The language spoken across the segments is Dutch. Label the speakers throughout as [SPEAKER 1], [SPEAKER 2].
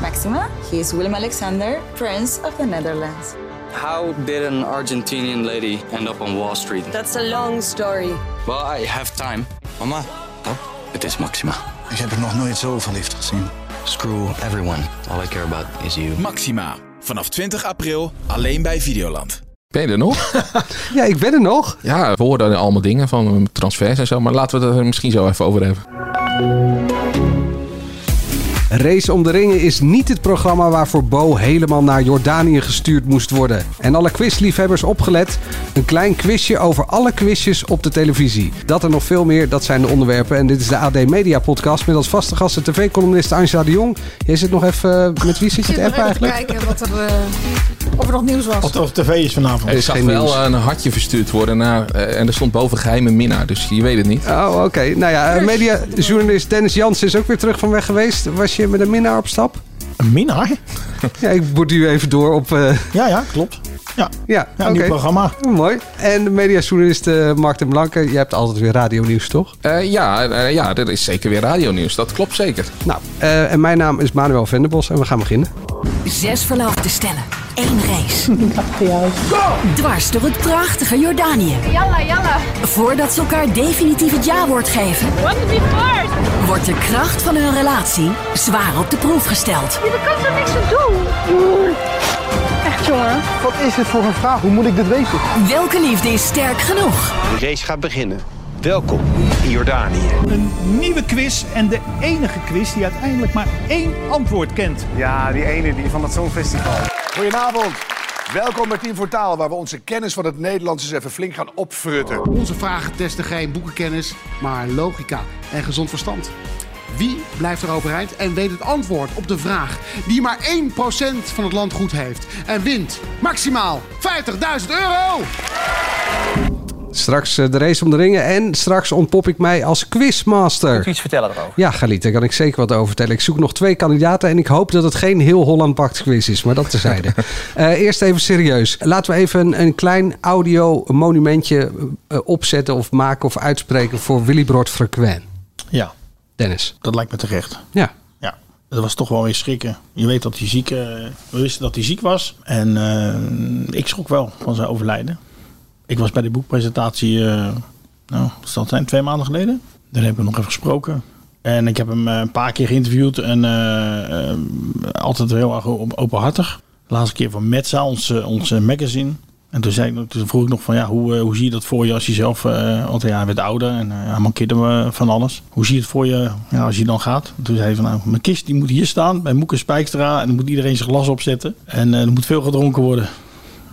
[SPEAKER 1] Maxima. He is Willem Alexander, Prince of the Netherlands.
[SPEAKER 2] How did an Argentinian lady end up on Wall Street?
[SPEAKER 3] That's a long story.
[SPEAKER 2] Well, I have time.
[SPEAKER 4] Mama,
[SPEAKER 2] Het is Maxima.
[SPEAKER 5] Ik Dus heb er nog nooit zo verliefd gezien.
[SPEAKER 2] Screw everyone. All I care about is you.
[SPEAKER 6] Maxima. Vanaf 20 april alleen bij Videoland.
[SPEAKER 7] Ben je er nog?
[SPEAKER 8] Ja, ik ben er nog.
[SPEAKER 7] ja, we horen allemaal dingen van eh, transfers en zo. Maar laten we het er misschien zo even over hebben.
[SPEAKER 8] Race om de Ringen is niet het programma waarvoor Bo helemaal naar Jordanië gestuurd moest worden. En alle quizliefhebbers opgelet, een klein quizje over alle quizjes op de televisie. Dat en nog veel meer, dat zijn de onderwerpen. En dit is de AD Media Podcast met als vaste gasten tv-columnist Angela de Jong. Jij zit nog even, eh, met wie zit je
[SPEAKER 9] Ik
[SPEAKER 8] te
[SPEAKER 9] zit nog
[SPEAKER 8] appen
[SPEAKER 9] even te
[SPEAKER 8] eigenlijk?
[SPEAKER 9] kijken wat er, eh, of er nog nieuws was.
[SPEAKER 10] Of, of tv is vanavond.
[SPEAKER 7] Ik
[SPEAKER 8] is
[SPEAKER 7] zag
[SPEAKER 8] geen
[SPEAKER 7] wel
[SPEAKER 8] nieuws.
[SPEAKER 7] een hartje verstuurd worden naar... eh, en er stond boven geheime minnaar, dus je weet het niet.
[SPEAKER 8] Oh, oké. Nou ja, eh, mediajournalist Dennis Jansen is ook weer terug van weg geweest. Was je met een minnaar op stap?
[SPEAKER 7] eh,
[SPEAKER 10] Een minnaar?
[SPEAKER 8] Ja, ik borduur even door op... eh,
[SPEAKER 10] Ja, ja, klopt. Ja,
[SPEAKER 8] ja,
[SPEAKER 10] ja
[SPEAKER 8] oké.
[SPEAKER 10] nieuw programma.
[SPEAKER 8] Mooi. En mediajournalist eh, Mark den Blanke, je hebt altijd weer radionieuws, toch?
[SPEAKER 7] Eh, ja, eh, ja, dat is zeker weer radionieuws. Dat klopt zeker.
[SPEAKER 8] Nou, eh, en mijn naam is Manuel Venderbos en we gaan beginnen.
[SPEAKER 3] Zes verloofde stellen. één race. Dwars door het prachtige Jordanië.
[SPEAKER 9] Jalla, jalla.
[SPEAKER 3] Voordat ze elkaar definitief het ja-woord geven, wordt de kracht van hun relatie zwaar op de proef gesteld.
[SPEAKER 9] Je kan er niks aan doen. Echt jongen.
[SPEAKER 8] Wat is het voor een vraag? Hoe moet ik dit weten?
[SPEAKER 3] Welke liefde is sterk genoeg?
[SPEAKER 4] de race gaat beginnen. Welkom in Jordanië.
[SPEAKER 11] Een nieuwe quiz en de enige quiz die uiteindelijk maar één antwoord kent.
[SPEAKER 4] Ja, die ene die van dat Songfestival.
[SPEAKER 5] Goedenavond. Welkom bij Team voor Taal, waar we onze kennis van het Nederlands eens even flink gaan opfrutten.
[SPEAKER 11] Onze vragen testen geen boekenkennis, maar logica en gezond verstand. Wie blijft er overeind en weet het antwoord op de vraag die maar 1% van het land goed heeft en wint maximaal 50.000 euro?
[SPEAKER 8] Straks eh, de race om de ringen en straks ontpop ik mij als quizmaster.
[SPEAKER 4] Iets vertellen erover.
[SPEAKER 8] Ja, Galit, daar kan ik zeker wat over vertellen. Ik zoek nog twee kandidaten en ik hoop dat het geen heel Holland Bakt quiz is, maar dat tezijde. Eh eerst even serieus. Laten we even een, een klein audio-monumentje eh, opzetten of maken of uitspreken voor Willy Brod Frequent.
[SPEAKER 10] Ja,
[SPEAKER 8] Dennis.
[SPEAKER 10] dat lijkt me terecht.
[SPEAKER 8] Ja.
[SPEAKER 10] Ja, dat was toch wel weer schrikken. Je weet dat hij ziek, eh, we wisten dat hij ziek was. En eh, ik schrok wel van zijn overlijden. Ik was bij de boekpresentatie, eh, nou, wat zal het zijn, twee maanden geleden. Daar heb ik nog even gesproken. En ik heb hem eh, een paar keer geïnterviewd en eh, eh, altijd heel erg o- openhartig. De laatste keer van Metza, ons, eh, ons eh, magazine. En toen, zei ik, nog- toen vroeg ik nog van ja, hoe, eh, hoe zie je dat voor je als je zelf, eh, want ja, hij werd ouder en eh, hij mankeerde me van alles. Hoe zie je het voor je ja, als je dan gaat? Toen zei hij van nou, mijn kist die moet hier staan bij Moeke Spijkstra en dan moet iedereen zijn glas opzetten. En eh, er moet veel gedronken worden.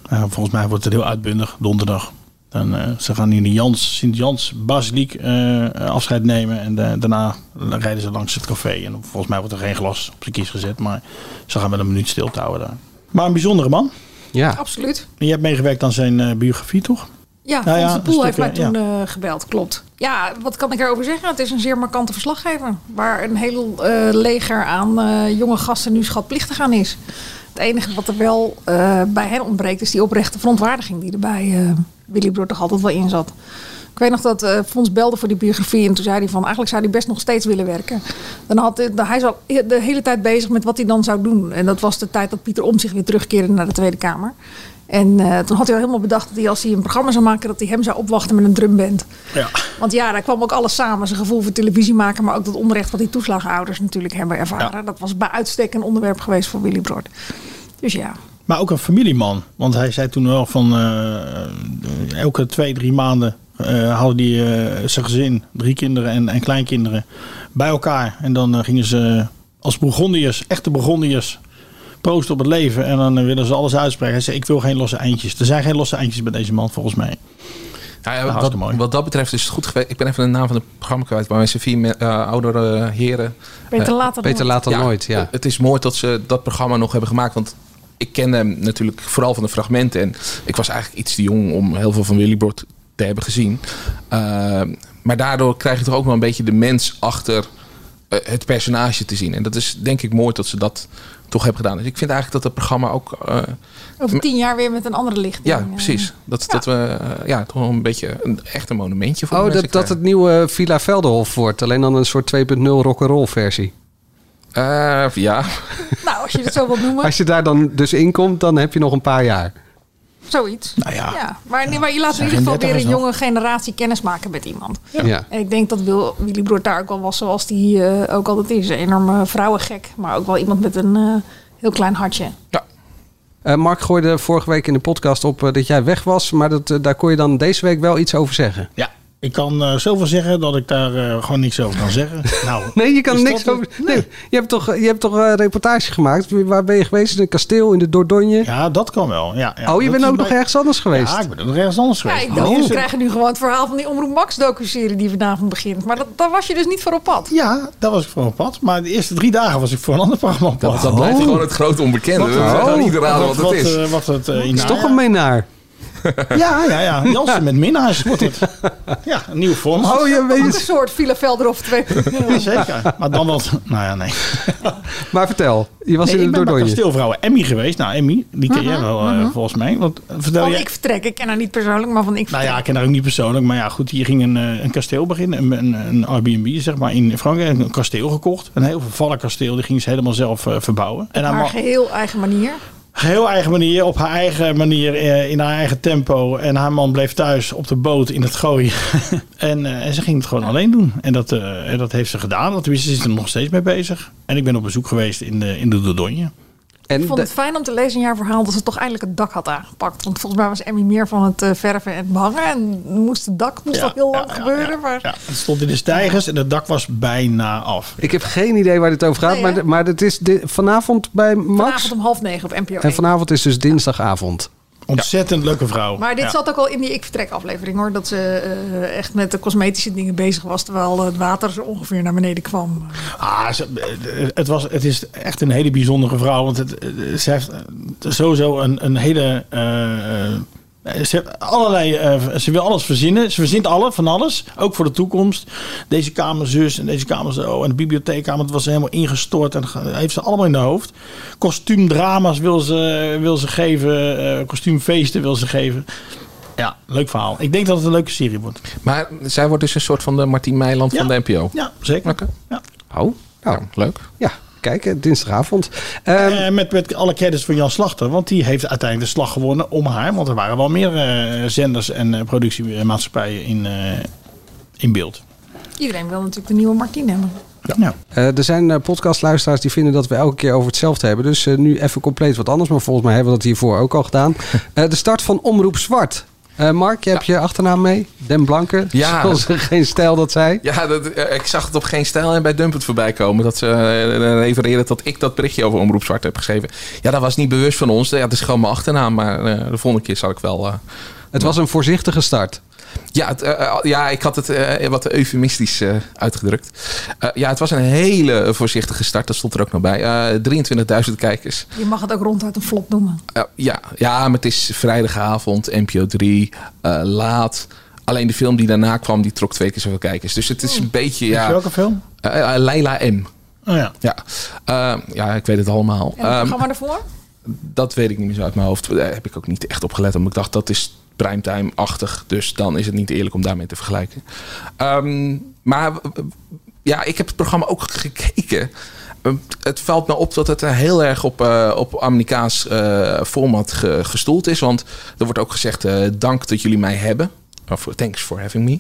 [SPEAKER 10] Nou, volgens mij wordt het heel uitbundig donderdag. Dan, eh, ze gaan in de Jans, Sint-Jans Basiliek eh, afscheid nemen. En eh, daarna rijden ze langs het café. En volgens mij wordt er geen glas op zijn kies gezet. Maar ze gaan wel een minuut stilte houden daar. Maar een bijzondere man.
[SPEAKER 8] Ja.
[SPEAKER 9] Absoluut.
[SPEAKER 10] Je hebt meegewerkt aan zijn eh, biografie, toch?
[SPEAKER 9] Ja,
[SPEAKER 10] Nou ja,
[SPEAKER 9] Hans de Poel
[SPEAKER 10] een
[SPEAKER 9] heeft mij
[SPEAKER 10] stukje,
[SPEAKER 9] toen eh, gebeld, klopt. Ja, wat kan ik erover zeggen? Het is een zeer markante verslaggever. Waar een heel eh, leger aan eh, jonge gasten nu schatplichtig aan is. Het enige wat er wel eh, bij hen ontbreekt is die oprechte verontwaardiging die er bij eh, Willy Broer toch altijd wel in zat. Ik weet nog dat eh, Fons belde voor die biografie en toen zei hij van eigenlijk zou hij best nog steeds willen werken. Dan had, hij- hij is al de hele tijd bezig met wat hij dan zou doen. En dat was de tijd dat Pieter Om zich weer terugkeerde naar de Tweede Kamer. En eh, toen had hij al helemaal bedacht dat hij als hij een programma zou maken, dat hij hem zou opwachten met een drumband.
[SPEAKER 10] Ja.
[SPEAKER 9] Want ja, daar kwam ook alles samen. Zijn gevoel voor televisie maken, maar ook dat onrecht wat die toeslagenouders natuurlijk hebben ervaren.
[SPEAKER 10] Ja.
[SPEAKER 9] Dat was bij uitstek een onderwerp geweest voor Willy Broert. Dus ja,
[SPEAKER 10] Maar ook een familieman. Want hij zei toen wel van eh, elke twee, drie maanden eh hadden hij eh, zijn gezin, drie kinderen en, en kleinkinderen, bij elkaar. En dan eh, gingen ze als Bourgondiërs, echte Bourgondiërs, proosten op het leven. En dan eh, willen ze alles uitspreken. Hij zei, ik wil geen losse eindjes. Er zijn geen losse eindjes bij deze man, volgens mij.
[SPEAKER 7] Ja, ja, wat,
[SPEAKER 10] hartstikke mooi.
[SPEAKER 7] wat dat betreft is het goed geweest. Ik ben even de naam van het programma kwijt. Waar mensen vier me- eh, oudere heren Eh,
[SPEAKER 9] beter later dan
[SPEAKER 8] Beter
[SPEAKER 9] nooit.
[SPEAKER 8] later dan nooit, ja.
[SPEAKER 7] Het is mooi dat ze dat programma nog hebben gemaakt. Want ik ken hem natuurlijk vooral van de fragmenten. En ik was eigenlijk iets te jong om heel veel van Willybord te hebben gezien. Uh, maar daardoor krijg je toch ook wel een beetje de mens achter eh, het personage te zien. En dat is denk ik mooi dat ze dat toch hebben gedaan. Dus ik vind eigenlijk dat het programma ook... eh,
[SPEAKER 9] Over tien jaar weer met een andere lichting.
[SPEAKER 7] ja,
[SPEAKER 9] eh.
[SPEAKER 7] precies. Dat, dat we eh, ja, toch wel een beetje een, echt een monumentje voor de
[SPEAKER 8] Oh,
[SPEAKER 7] mensen
[SPEAKER 8] dat, dat
[SPEAKER 7] krijgen.
[SPEAKER 8] het nieuwe Villa Veldenhof wordt. Alleen dan een soort 2.0 rock'n'roll versie.
[SPEAKER 7] Eh, ja.
[SPEAKER 9] Nou, als je het zo wilt noemen.
[SPEAKER 8] Als je daar dan dus in komt, dan heb je nog een paar jaar.
[SPEAKER 9] Zoiets. Nou ja. Maar, nee, maar je laat in
[SPEAKER 8] Zijn
[SPEAKER 9] ieder geval
[SPEAKER 8] geen
[SPEAKER 9] weer een
[SPEAKER 8] dertigers
[SPEAKER 9] jonge generatie kennis maken met iemand.
[SPEAKER 8] Ja. Ja.
[SPEAKER 9] En ik denk dat Wil, Willy Broert daar ook wel was zoals die eh, ook altijd is. Een enorme vrouwengek. Maar ook wel iemand met een eh, heel klein hartje.
[SPEAKER 8] Eh, Mark gooide vorige week in de podcast op eh, dat jij weg was, maar dat, eh, daar kon je dan deze week wel iets over zeggen.
[SPEAKER 10] Ja, ik kan eh, zoveel zeggen dat ik daar eh, gewoon niks over kan zeggen. Nou,
[SPEAKER 8] Nee, je kan
[SPEAKER 10] Is
[SPEAKER 8] niks
[SPEAKER 10] dat
[SPEAKER 8] over. Nee. je hebt toch, eh, je hebt toch een reportage gemaakt? Waar ben je geweest? In een kasteel in de Dordogne?
[SPEAKER 10] Ja, dat kan wel. Ja, ja.
[SPEAKER 8] oh, je
[SPEAKER 10] Dat
[SPEAKER 8] bent
[SPEAKER 10] is
[SPEAKER 8] ook
[SPEAKER 10] bij-
[SPEAKER 8] nog ergens anders geweest?
[SPEAKER 10] Ja, ik ben ook nog ergens anders
[SPEAKER 9] Ja,
[SPEAKER 10] geweest. Oh,
[SPEAKER 9] ik dacht, we krijgen nu gewoon het verhaal van die Omroep Max docuserie die vanavond begint. Maar dat, daar was je dus niet voor op pad.
[SPEAKER 10] Ja, daar was ik voor op pad. Maar de eerste drie dagen was ik voor een ander programma op pad.
[SPEAKER 7] Dat,
[SPEAKER 8] Oh.
[SPEAKER 7] dat blijft gewoon het grote onbekende. We
[SPEAKER 10] Wat-
[SPEAKER 7] gaan
[SPEAKER 10] oh.
[SPEAKER 7] niet raden wat,
[SPEAKER 10] Wat-
[SPEAKER 7] het is.
[SPEAKER 10] eh, wat het, eh,
[SPEAKER 8] is
[SPEAKER 10] nou,
[SPEAKER 8] toch
[SPEAKER 10] ja.
[SPEAKER 8] een menaar.
[SPEAKER 10] Ja, ja, ja. Jansen met minnaars wordt het. Ja, Nou, een nieuw format.
[SPEAKER 8] Oh, je
[SPEAKER 9] Ook een
[SPEAKER 8] weet
[SPEAKER 9] soort Villa Velder of twee.
[SPEAKER 10] Ja, zeker. Maar dan wat... Nou ja, nee.
[SPEAKER 8] Maar vertel, je was
[SPEAKER 10] Nee,
[SPEAKER 8] in
[SPEAKER 10] ik
[SPEAKER 8] de
[SPEAKER 10] ben bij
[SPEAKER 8] Dordogne.
[SPEAKER 10] kasteelvrouwen Emmy geweest. Nou, Emmy, die ken jij
[SPEAKER 9] Mhm,
[SPEAKER 10] wel eh,
[SPEAKER 9] mhm.
[SPEAKER 10] volgens mij. Want, eh, vertel
[SPEAKER 9] Van
[SPEAKER 10] je...
[SPEAKER 9] ik vertrek. Ik ken haar niet persoonlijk, maar van ik
[SPEAKER 10] Nou
[SPEAKER 9] vertrek.
[SPEAKER 10] ja, ik ken haar ook niet persoonlijk. Maar ja, goed, hier ging een, eh, een kasteel beginnen. Een, een, een Airbnb, zeg maar, in Frankrijk. Een kasteel gekocht. Een heel vervallen kasteel. Die ging ze helemaal zelf eh, verbouwen. En
[SPEAKER 9] Haar
[SPEAKER 10] dan ma-
[SPEAKER 9] geheel eigen manier.
[SPEAKER 10] Heel eigen manier, op haar eigen manier, eh, in haar eigen tempo. En haar man bleef thuis op de boot in het gooien. en, eh, en ze ging het gewoon alleen doen. En dat, eh, en dat heeft ze gedaan. Want tenminste, ze is er nog steeds mee bezig. En ik ben op bezoek geweest in de, in de Dordogne.
[SPEAKER 8] En
[SPEAKER 9] Ik vond het fijn om te lezen in haar verhaal dat ze toch eindelijk het dak had aangepakt. Want volgens mij was Emmy meer van het eh, verven en het behangen. En moest het dak moest
[SPEAKER 10] Ja,
[SPEAKER 9] nog heel
[SPEAKER 10] ja,
[SPEAKER 9] lang
[SPEAKER 10] ja,
[SPEAKER 9] gebeuren.
[SPEAKER 10] ja.
[SPEAKER 9] maar
[SPEAKER 10] Ja, het stond in de stijgers en het dak was bijna af.
[SPEAKER 8] Ik heb geen idee waar dit over gaat,
[SPEAKER 9] Nee, hè?
[SPEAKER 8] maar, maar het is di- vanavond bij Max.
[SPEAKER 9] vanavond om half negen op NPO 1.
[SPEAKER 8] En vanavond is dus dinsdagavond.
[SPEAKER 10] Ontzettend leuke vrouw.
[SPEAKER 9] Maar dit
[SPEAKER 10] Ja.
[SPEAKER 9] zat ook al in die Ik Vertrek aflevering hoor. Dat ze eh, echt met de cosmetische dingen bezig was. Terwijl het water zo ongeveer naar beneden kwam.
[SPEAKER 10] Ah, ze- het, was, het is echt een hele bijzondere vrouw. Want het, eh, ze heeft eh, sowieso een, een hele. eh, eh, ze, heeft allerlei, eh, ze wil alles verzinnen. Ze verzint alle, van alles. Ook voor de toekomst. Deze kamer zus en deze kamer zo. En de bibliotheekkamer. Het was helemaal ingestort. En ge- heeft ze allemaal in de hoofd. Kostuumdrama's wil ze, wil ze geven. eh kostuumfeesten wil ze geven. Ja, leuk verhaal. Ik denk dat het een leuke serie wordt.
[SPEAKER 7] Maar zij wordt dus een soort van de Martien Meiland van de NPO.
[SPEAKER 10] Ja, zeker. Ja.
[SPEAKER 8] Oh, nou,
[SPEAKER 7] leuk.
[SPEAKER 8] Ja, kijk, eh, dinsdagavond. Ehm,
[SPEAKER 10] Eh, met, met alle credits voor Jan Slachter. Want die heeft uiteindelijk de slag gewonnen om haar. Want er waren wel meer eh, zenders en eh, productiemaatschappijen in, eh, in beeld.
[SPEAKER 9] Iedereen wil natuurlijk de nieuwe Martine hebben.
[SPEAKER 10] Ja.
[SPEAKER 8] Eh, er zijn eh, podcastluisteraars die vinden dat we elke keer over hetzelfde hebben. Dus eh, nu even compleet wat anders. Maar volgens mij hebben we dat hiervoor ook al gedaan. Eh, de start van Omroep Zwart. Eh, Mark, je hebt je achternaam mee. Den Blanke.
[SPEAKER 7] Ja.
[SPEAKER 8] Zoals er geen stijl dat zij.
[SPEAKER 7] Ja, dat, eh, ik zag het op geen stijl en bij Dumpet voorbij komen. Dat ze eh, refereerden dat ik dat berichtje over Omroep Zwart heb geschreven. Ja, dat was niet bewust van ons. Ja, het is gewoon mijn achternaam, maar eh, de volgende keer zal ik wel... eh,
[SPEAKER 8] Het was een voorzichtige start.
[SPEAKER 7] ja, het, eh, eh, ja, ik had het eh, wat eufemistisch eh, uitgedrukt. Eh, ja, het was een hele voorzichtige start. Dat stond er ook nog bij. Eh 23.000 kijkers.
[SPEAKER 9] Je mag het ook ronduit een flop noemen.
[SPEAKER 7] Eh, ja, ja, maar het is vrijdagavond, NPO 3, eh, laat. Alleen de film die daarna kwam, die trok twee keer zoveel kijkers. Dus het is een beetje...
[SPEAKER 10] Oh. Weet
[SPEAKER 7] Ja,
[SPEAKER 10] je welke film?
[SPEAKER 7] eh, eh, Leila M.
[SPEAKER 10] Oh ja.
[SPEAKER 7] Ja. Eh, ja, ik weet het allemaal.
[SPEAKER 9] En het
[SPEAKER 7] Ehm,
[SPEAKER 9] programma ervoor?
[SPEAKER 7] dat weet ik niet meer zo uit mijn hoofd. Daar heb ik ook niet echt op gelet. Omdat ik dacht, dat is primetime-achtig. Dus dan is het niet eerlijk om daarmee te vergelijken. Ehm, maar w- w- ja, ik heb het programma ook gekeken. Ehm, Het valt me op dat het eh, heel erg op, eh, op Amerikaans eh, format ge- gestoeld is. Want er wordt ook gezegd, eh, dank dat jullie mij hebben. Of thanks for having me.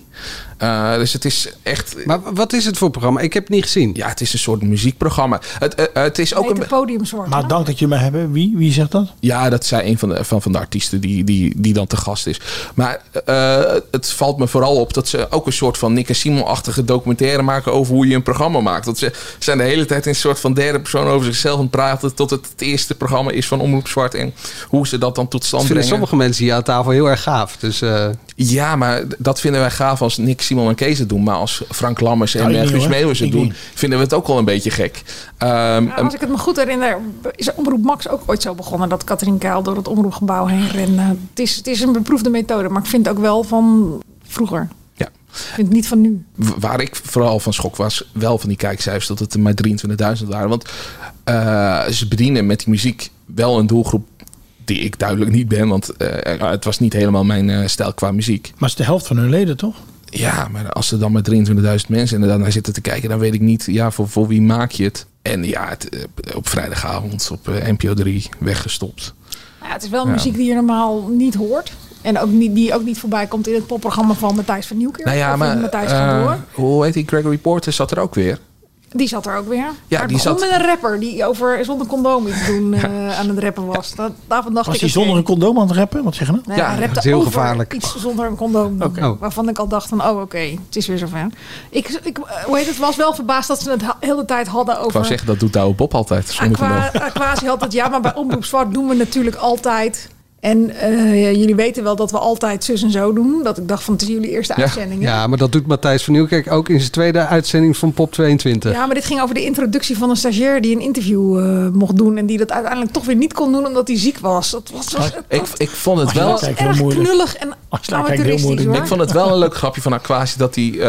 [SPEAKER 7] Eh, dus het is echt...
[SPEAKER 8] Maar wat is het voor programma? Ik heb het niet gezien.
[SPEAKER 7] Ja, het is een soort muziekprogramma. Het, eh, eh, het is ook
[SPEAKER 9] Ook
[SPEAKER 7] een...
[SPEAKER 9] een podiumzorg.
[SPEAKER 10] Maar dank dat je me hebben. Wie, wie zegt dat?
[SPEAKER 7] Ja, dat zei een van de, van, van de artiesten die, die, die dan te gast is. Maar eh, het valt me vooral op dat ze ook een soort van Nick en Simon-achtige documentaire maken over hoe je een programma maakt. Want ze zijn de hele tijd in een soort van derde persoon over zichzelf aan het praten. Tot het het eerste programma is van Omroep Zwart. En hoe ze dat dan tot
[SPEAKER 8] Dat
[SPEAKER 7] stand
[SPEAKER 8] vinden
[SPEAKER 7] brengen.
[SPEAKER 8] sommige mensen hier aan tafel heel erg gaaf. Dus eh,
[SPEAKER 7] Ja, maar dat vinden wij gaaf als Nick, Simon en Kees het doen. Maar als Frank Lammers en
[SPEAKER 10] Nou, ik
[SPEAKER 7] eh,
[SPEAKER 10] niet,
[SPEAKER 7] Guus
[SPEAKER 10] hoor.
[SPEAKER 7] Meeuwis het
[SPEAKER 10] Ik
[SPEAKER 7] doen,
[SPEAKER 10] niet.
[SPEAKER 7] vinden we het ook wel een beetje gek. Ehm,
[SPEAKER 9] Ja, Nou, als ik het me goed herinner, is Omroep Max ook ooit zo begonnen dat Katrien Kaal door het omroepgebouw heen rende. Het is, het is een beproefde methode, maar ik vind het ook wel van vroeger.
[SPEAKER 7] Ja.
[SPEAKER 9] Ik vind het niet van nu.
[SPEAKER 7] W- waar ik vooral van schok was, wel van die kijkcijfers, dat het er maar 23.000 waren. Want eh, ze bedienen met die muziek wel een doelgroep die ik duidelijk niet ben, want eh, eh, het was niet helemaal mijn eh, stijl qua muziek.
[SPEAKER 10] Maar het is de helft van hun leden, toch?
[SPEAKER 7] Ja, maar als er dan maar 23.000 mensen inderdaad naar zitten te kijken, dan weet ik niet, ja, voor, voor wie maak je het? En ja, het, eh, op vrijdagavond op eh, NPO 3 weggestopt.
[SPEAKER 9] Ja, het is wel
[SPEAKER 7] Ja.
[SPEAKER 9] muziek die je normaal niet hoort. En ook niet, die ook niet voorbij komt in het popprogramma van Matthijs van Nieuwkerk.
[SPEAKER 7] nou ja,
[SPEAKER 9] of
[SPEAKER 7] maar
[SPEAKER 9] in Matthijs
[SPEAKER 7] eh,
[SPEAKER 9] van Door.
[SPEAKER 7] hoe heet die? Gregory Porter zat er ook weer.
[SPEAKER 9] Die zat er ook weer. Ja,
[SPEAKER 7] die zat-
[SPEAKER 9] met een rapper die over zonder condoom iets doen eh, aan het rappen was. Dat, daarvan dacht
[SPEAKER 10] Was
[SPEAKER 9] ik...
[SPEAKER 10] hij
[SPEAKER 9] oké.
[SPEAKER 10] zonder een condoom aan het rappen? Wat zeggen
[SPEAKER 9] Nee, hij rapte over Iets zonder een condoom.
[SPEAKER 10] Oké.
[SPEAKER 9] Waarvan ik al dacht van, oh oké, het is weer zover. Ik, ik, eh, hoe heet het, was wel verbaasd dat ze het ha- heel de tijd hadden
[SPEAKER 7] Ik wou
[SPEAKER 9] over...
[SPEAKER 7] zeggen, dat doet oude Bob altijd. Zonder
[SPEAKER 9] eh, Aqua,
[SPEAKER 7] condoom.
[SPEAKER 9] Aquasi had het, ja, maar bij Omroep Zwart doen we natuurlijk altijd... En eh, ja, jullie weten wel dat we altijd zus en zo doen. Dat ik dacht van, het is jullie eerste uitzending. hè?
[SPEAKER 8] ja, maar dat doet Matthijs van Nieuwkerk ook in zijn tweede uitzending van Pop 22.
[SPEAKER 9] Ja, maar dit ging over de introductie van een stagiair die een interview eh, mocht doen. En die dat uiteindelijk toch weer niet kon doen omdat hij ziek was. Dat was, was,
[SPEAKER 7] Ik, ik vond het
[SPEAKER 9] dat
[SPEAKER 7] wel...
[SPEAKER 9] was erg knullig en amateuristisch hoor.
[SPEAKER 7] Ik vond het wel een leuk grapje van Aquasi dat hij eh,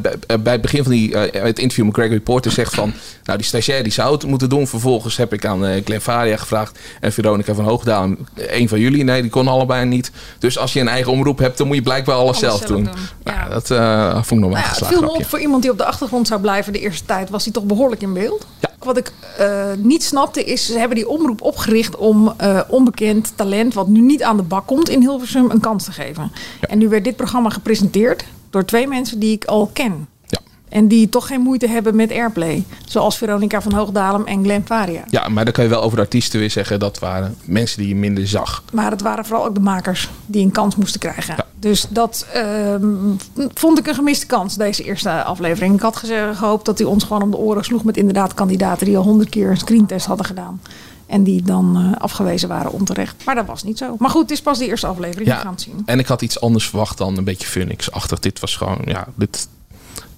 [SPEAKER 7] bij, eh, bij het begin van die, eh, het interview met Gregory Porter zegt van... Nou, die stagiair die zou het moeten doen. Vervolgens heb ik aan eh Glenn Faria gevraagd en Veronica van Hoogdaal. En Eén van jullie, nee, die kon allebei niet. Dus als je een eigen omroep hebt, dan moet je blijkbaar alles, zelf, doen. Nou, dat eh, vond ik nog wel een
[SPEAKER 9] Nou Het
[SPEAKER 7] geslaagd
[SPEAKER 9] viel me op
[SPEAKER 7] grapje.
[SPEAKER 9] voor iemand die op de achtergrond zou blijven de eerste tijd, was hij toch behoorlijk in beeld. Wat ik eh, niet snapte is, ze hebben die omroep opgericht om eh, onbekend talent, wat nu niet aan de bak komt in Hilversum, een kans te geven. En nu werd dit programma gepresenteerd door twee mensen die ik al ken. En die toch geen moeite hebben met airplay. Zoals Veronica van Hoogdalem en Glenn Faria.
[SPEAKER 7] Ja, maar dan kan je wel over de artiesten weer zeggen... dat waren mensen die je minder zag.
[SPEAKER 9] Maar het waren vooral ook de makers die een kans moesten krijgen. Dus dat ehm, vond ik een gemiste kans, deze eerste aflevering. Ik had geze- gehoopt dat hij ons gewoon om de oren sloeg met inderdaad kandidaten die al honderd keer een screentest hadden gedaan. En die dan eh, afgewezen waren onterecht. Maar dat was niet zo. Maar goed, het is pas de eerste aflevering. We gaan het zien.
[SPEAKER 7] En ik had iets anders verwacht dan een beetje Phoenix-achtig. Dit was gewoon, ja, dit.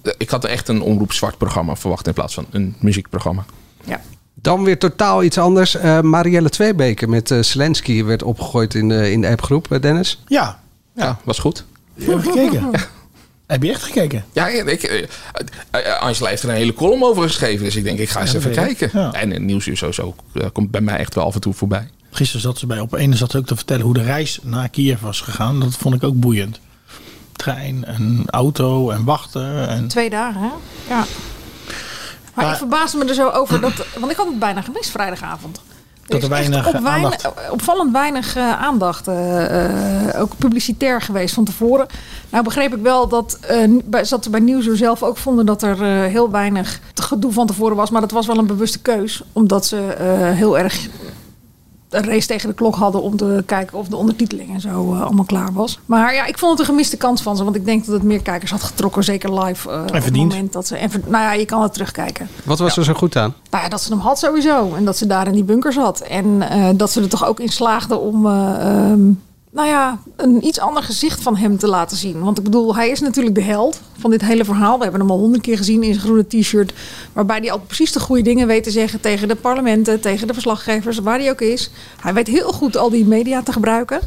[SPEAKER 7] eh, Ik had echt een omroep zwart programma verwacht in plaats van een muziekprogramma.
[SPEAKER 8] Dan weer totaal iets anders. Eh, Marielle Tweebeke met eh Zelensky werd opgegooid in de, in de appgroep, eh, Dennis.
[SPEAKER 10] Ja.
[SPEAKER 7] Ja, was goed.
[SPEAKER 10] Heb je gekeken? Heb je echt gekeken?
[SPEAKER 7] Ja, ja, ik, eh, eh, eh, Angela heeft er een hele column over geschreven. Dus ik denk, ik ga eens
[SPEAKER 10] Ja, dat
[SPEAKER 7] even
[SPEAKER 10] weet ik.
[SPEAKER 7] kijken. En het nieuwsuur sowieso eh, komt bij mij echt wel af en toe voorbij.
[SPEAKER 10] Gisteren zat ze bij op ene zat ze ook te vertellen hoe de reis naar Kiev was gegaan. Dat vond ik ook boeiend. Trein en auto en wachten. En...
[SPEAKER 9] Twee dagen, hè? Ja. Maar, ik verbaasde me er zo over dat. Want ik had het bijna gemist vrijdagavond.
[SPEAKER 10] Dat er
[SPEAKER 9] is echt
[SPEAKER 10] weinig, eh,
[SPEAKER 9] weinig- opvallend weinig eh, aandacht. eh, eh, ook publicitair geweest van tevoren. Nou begreep ik wel dat. eh, bij- zat er bij Nieuwsuur zelf ook vonden dat er eh, heel weinig te gedoe van tevoren was. Maar dat was wel een bewuste keus. Omdat ze eh, heel erg een race tegen de klok hadden om te kijken of de ondertiteling en zo eh, allemaal klaar was. Maar ja, ik vond het een gemiste kans van ze. Want ik denk dat het meer kijkers had getrokken. Zeker live. eh, op het
[SPEAKER 8] verdiend.
[SPEAKER 9] moment dat ze. En ver- nou ja, je kan het terugkijken.
[SPEAKER 8] Wat was er zo goed aan?
[SPEAKER 9] Nou ja, dat ze hem had sowieso. En dat ze daar in die bunker zat. En eh, dat ze er toch ook in slaagden om. eh, ehm, nou ja, een iets ander gezicht van hem te laten zien. Want ik bedoel, hij is natuurlijk de held van dit hele verhaal. We hebben hem al honderd keer gezien in zijn groene t-shirt. Waarbij hij al precies de goede dingen weet te zeggen tegen de parlementen, tegen de verslaggevers, waar hij ook is. Hij weet heel goed al die media te gebruiken.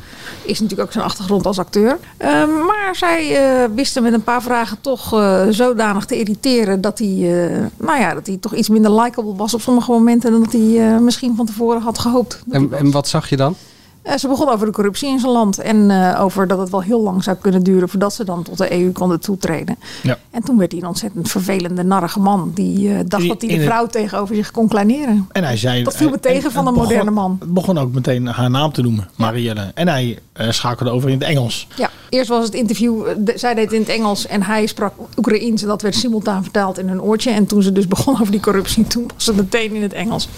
[SPEAKER 9] Is natuurlijk ook zijn achtergrond als acteur. Eh, maar zij eh, wisten met een paar vragen toch eh, zodanig te irriteren dat hij, eh, nou ja, dat hij toch iets minder likable was op sommige momenten dan dat hij eh, misschien van tevoren had gehoopt.
[SPEAKER 8] En, en wat zag je dan?
[SPEAKER 9] Eh, ze begon over de corruptie in zijn land en eh, over dat het wel heel lang zou kunnen duren voordat ze dan tot de EU konden toetreden.
[SPEAKER 10] Ja.
[SPEAKER 9] En toen werd hij een ontzettend vervelende, narrige man die eh, dacht
[SPEAKER 10] Die
[SPEAKER 9] dat hij
[SPEAKER 10] in
[SPEAKER 9] de
[SPEAKER 10] het-
[SPEAKER 9] vrouw tegenover zich kon kleineren.
[SPEAKER 10] En hij zei,
[SPEAKER 9] Dat viel me
[SPEAKER 10] en-
[SPEAKER 9] tegen
[SPEAKER 10] en-
[SPEAKER 9] van
[SPEAKER 10] en
[SPEAKER 9] een moderne
[SPEAKER 10] begon-
[SPEAKER 9] man.
[SPEAKER 10] Begon ook meteen haar naam te noemen, Marielle. En hij eh, schakelde over in het Engels.
[SPEAKER 9] Ja, eerst was het interview, eh, de- zij deed het in het Engels en hij sprak Oekraïens. En dat werd simultaan vertaald in hun oortje. En toen ze dus begon over die corruptie, toen was het meteen in het Engels.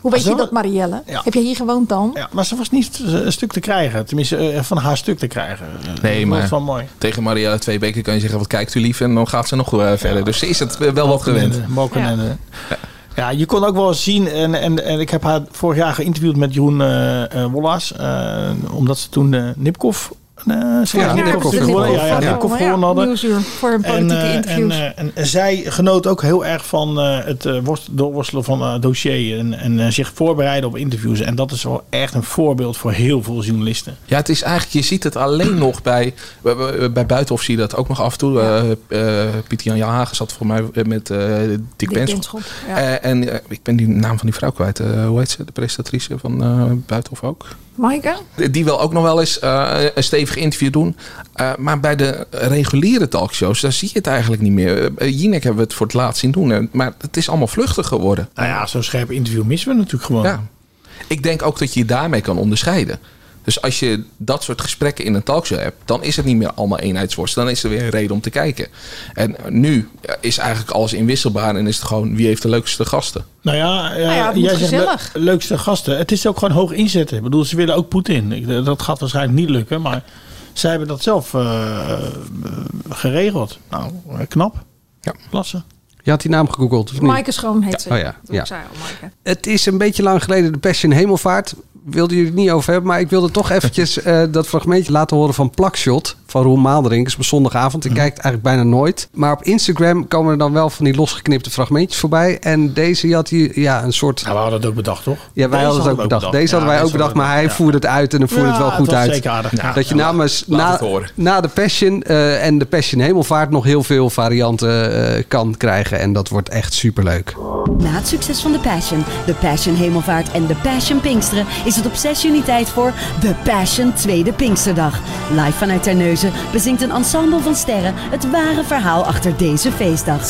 [SPEAKER 9] Hoe weet je dat, Marielle? Heb jij hier gewoond dan?
[SPEAKER 10] Ja, maar ze was niet eh, een stuk te krijgen. Tenminste, eh, van haar stuk te krijgen. Eh,
[SPEAKER 7] Nee,
[SPEAKER 10] dat was
[SPEAKER 7] maar
[SPEAKER 10] wel mooi.
[SPEAKER 7] tegen Maria twee weken kan je zeggen, wat kijkt u lief? En dan gaat ze nog eh, verder. Dus ze is het eh, wel wat gewend.
[SPEAKER 10] Balkenende, Balkenende. Ja. je kon ook wel eens zien. En, en, en ik heb haar vorig jaar geïnterviewd met Jeroen eh eh, Wollaars. eh, omdat ze toen de Nipkoff. eh, ze
[SPEAKER 9] Ja,
[SPEAKER 10] hadden natuurlijk
[SPEAKER 9] Nipkoff gewonnen.
[SPEAKER 10] gewonnen. Ja, ja,
[SPEAKER 9] Ja.
[SPEAKER 10] Nipkoff
[SPEAKER 9] Ja,
[SPEAKER 10] gewonnen hadden.
[SPEAKER 9] Nieuwsuur voor hun politieke
[SPEAKER 10] eh,
[SPEAKER 9] interviews.
[SPEAKER 10] En, eh, en, en zij genoot ook heel erg van eh, het eh, worst- doorworstelen van eh dossier. En, en eh, zich voorbereiden op interviews. En dat is wel echt een voorbeeld voor heel veel journalisten.
[SPEAKER 7] Ja, het is eigenlijk, je ziet het alleen nog bij, bij- bij, bij Buitenhof zie je dat ook nog af en toe. Eh, eh, Pieter Jan Jahagen zat voor mij met eh Dick Benschop.
[SPEAKER 9] Benschop, ja.
[SPEAKER 7] Eh, en eh, ik ben die naam van die vrouw kwijt. Eh, hoe heet ze? De presentatrice van eh Buitenhof ook.
[SPEAKER 9] Maaike?
[SPEAKER 7] Die wel ook nog wel eens eh, een stevig geïnterviewd doen. Eh, maar bij de reguliere talkshows, daar zie je het eigenlijk niet meer. Eh, Jinek hebben we het voor het laatst zien doen. eh, Maar het is allemaal vluchtig geworden.
[SPEAKER 10] Nou ja, zo'n scherp interview missen we natuurlijk gewoon.
[SPEAKER 7] Ja. Ik denk ook dat je je daarmee kan onderscheiden. Dus als je dat soort gesprekken in een talkshow hebt, dan is het niet meer allemaal eenheidsworst. Dan is er weer een reden om te kijken. En nu eh, is eigenlijk alles inwisselbaar en is het gewoon wie heeft de leukste gasten.
[SPEAKER 10] Nou ja, eh,
[SPEAKER 9] Nou ja, het moet
[SPEAKER 10] jij zegt
[SPEAKER 9] gezellig.
[SPEAKER 10] le- leukste gasten. Het is ook gewoon hoog inzetten. Ik bedoel, ze willen ook Poetin. Ik- eh, Dat gaat waarschijnlijk niet lukken, maar zij hebben dat zelf eh, eh, geregeld. Nou, eh, knap.
[SPEAKER 7] Ja.
[SPEAKER 10] Klasse.
[SPEAKER 8] Je had die naam gegoogeld, of niet?
[SPEAKER 9] Maaike Schoon heet ze.
[SPEAKER 8] Oh ja,
[SPEAKER 9] Dat
[SPEAKER 8] ja.
[SPEAKER 9] Ik zei al, Maaike.
[SPEAKER 8] Het is een beetje lang geleden de Passion Hemelvaart. Wilde jullie het niet over hebben, maar ik wilde toch eventjes eh, dat fragmentje laten horen van Plakshot van Roel Maandering. is op zondagavond. Ik kijk het eigenlijk bijna nooit. Maar op Instagram komen er dan wel van die losgeknipte fragmentjes voorbij. En deze die had hier ja, een soort.
[SPEAKER 10] Ja, Nou, we hadden het ook bedacht, toch?
[SPEAKER 8] Ja, wij
[SPEAKER 10] Deze
[SPEAKER 8] hadden het ook bedacht. Deze hadden wij ook bedacht, maar hij voerde het uit en dan voerde het wel
[SPEAKER 10] Ja,
[SPEAKER 8] goed
[SPEAKER 10] het was
[SPEAKER 8] uit.
[SPEAKER 10] zeker aardig. Ja,
[SPEAKER 8] dat je
[SPEAKER 10] ja,
[SPEAKER 8] namens
[SPEAKER 7] laat
[SPEAKER 8] na,
[SPEAKER 7] het horen.
[SPEAKER 8] na de Passion eh, en de Passion Hemelvaart nog heel veel varianten eh, kan krijgen. En dat wordt echt superleuk.
[SPEAKER 12] Na het succes van The Passion, The Passion Hemelvaart en The Passion Pinksteren is het op 6 juni tijd voor The Passion Tweede Pinksterdag. Live vanuit Terneuzen bezingt een ensemble van sterren het ware verhaal achter deze feestdag.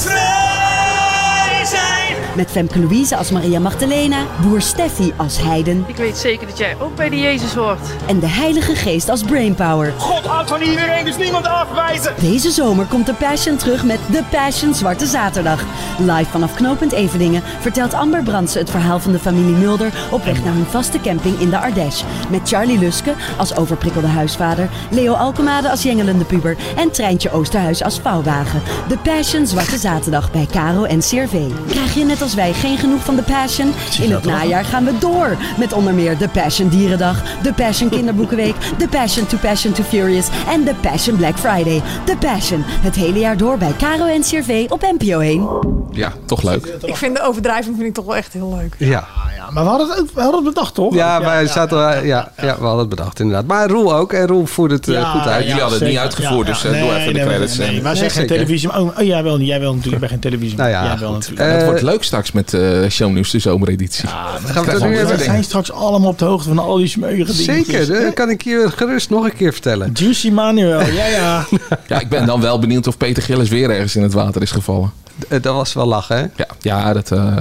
[SPEAKER 12] Met Femke Louise als Maria Magdalena, boer Steffi als Heiden
[SPEAKER 13] Ik weet zeker dat jij ook bij de Jezus hoort.
[SPEAKER 12] en de Heilige Geest als Brainpower.
[SPEAKER 13] God houdt van iedereen, dus niemand afwijzen.
[SPEAKER 12] Deze zomer komt de Passion terug met The Passion Zwarte Zaterdag. Live vanaf knooppunt Eveningen vertelt Amber Brandsen het verhaal van de familie Mulder op weg naar hun vaste camping in de Ardèche. Met Charlie Luske als overprikkelde huisvader, Leo Alkemade als jengelende puber en Treintje Oosterhuis als vouwwagen. The Passion Zwarte Zaterdag bij Caro en CRV. Krijg je net als wij geen genoeg van The Passion? In het najaar gaan we door met onder meer The Passion Dierendag, The Passion Kinderboekenweek, The Passion to Passion to Furious en The Passion Black Friday. The Passion, het hele jaar door bij Caro en CRV op NPO 1.
[SPEAKER 7] Ja, toch leuk.
[SPEAKER 9] Ik vind de overdrijving vind ik toch wel echt heel leuk.
[SPEAKER 8] Ja.
[SPEAKER 10] Nou Ja, maar we hadden het, ook, we hadden het bedacht, toch?
[SPEAKER 8] Ja, wij zaten, ja, ja, we hadden het bedacht inderdaad. Maar Roel ook. En Roel voerde het eh,
[SPEAKER 10] Ja,
[SPEAKER 8] goed uit.
[SPEAKER 10] ja, zeker. Ja, ja.
[SPEAKER 8] eh, doe
[SPEAKER 10] Nee, nee, nee, nee. Wij zeggen
[SPEAKER 8] zeker.
[SPEAKER 10] televisie, maar oh, oh, jij wel, niet. jij wel natuurlijk, bij geen televisie. Nou ja, jij wel natuurlijk.
[SPEAKER 7] het wordt leuk straks met eh shownieuws, de zomereditie.
[SPEAKER 10] Gaan we het nu hebben? We zijn straks allemaal op de hoogte van al die smeuïge dingen.
[SPEAKER 8] Zeker, dat kan ik je gerust nog een keer vertellen.
[SPEAKER 10] Juicy Manuel, ja ja.
[SPEAKER 7] Ja, ik ben dan wel benieuwd of Peter Gillis weer ergens in het water is gevallen.
[SPEAKER 8] eh, Dat was wel lachen, hè?
[SPEAKER 7] Ja, ja dat eh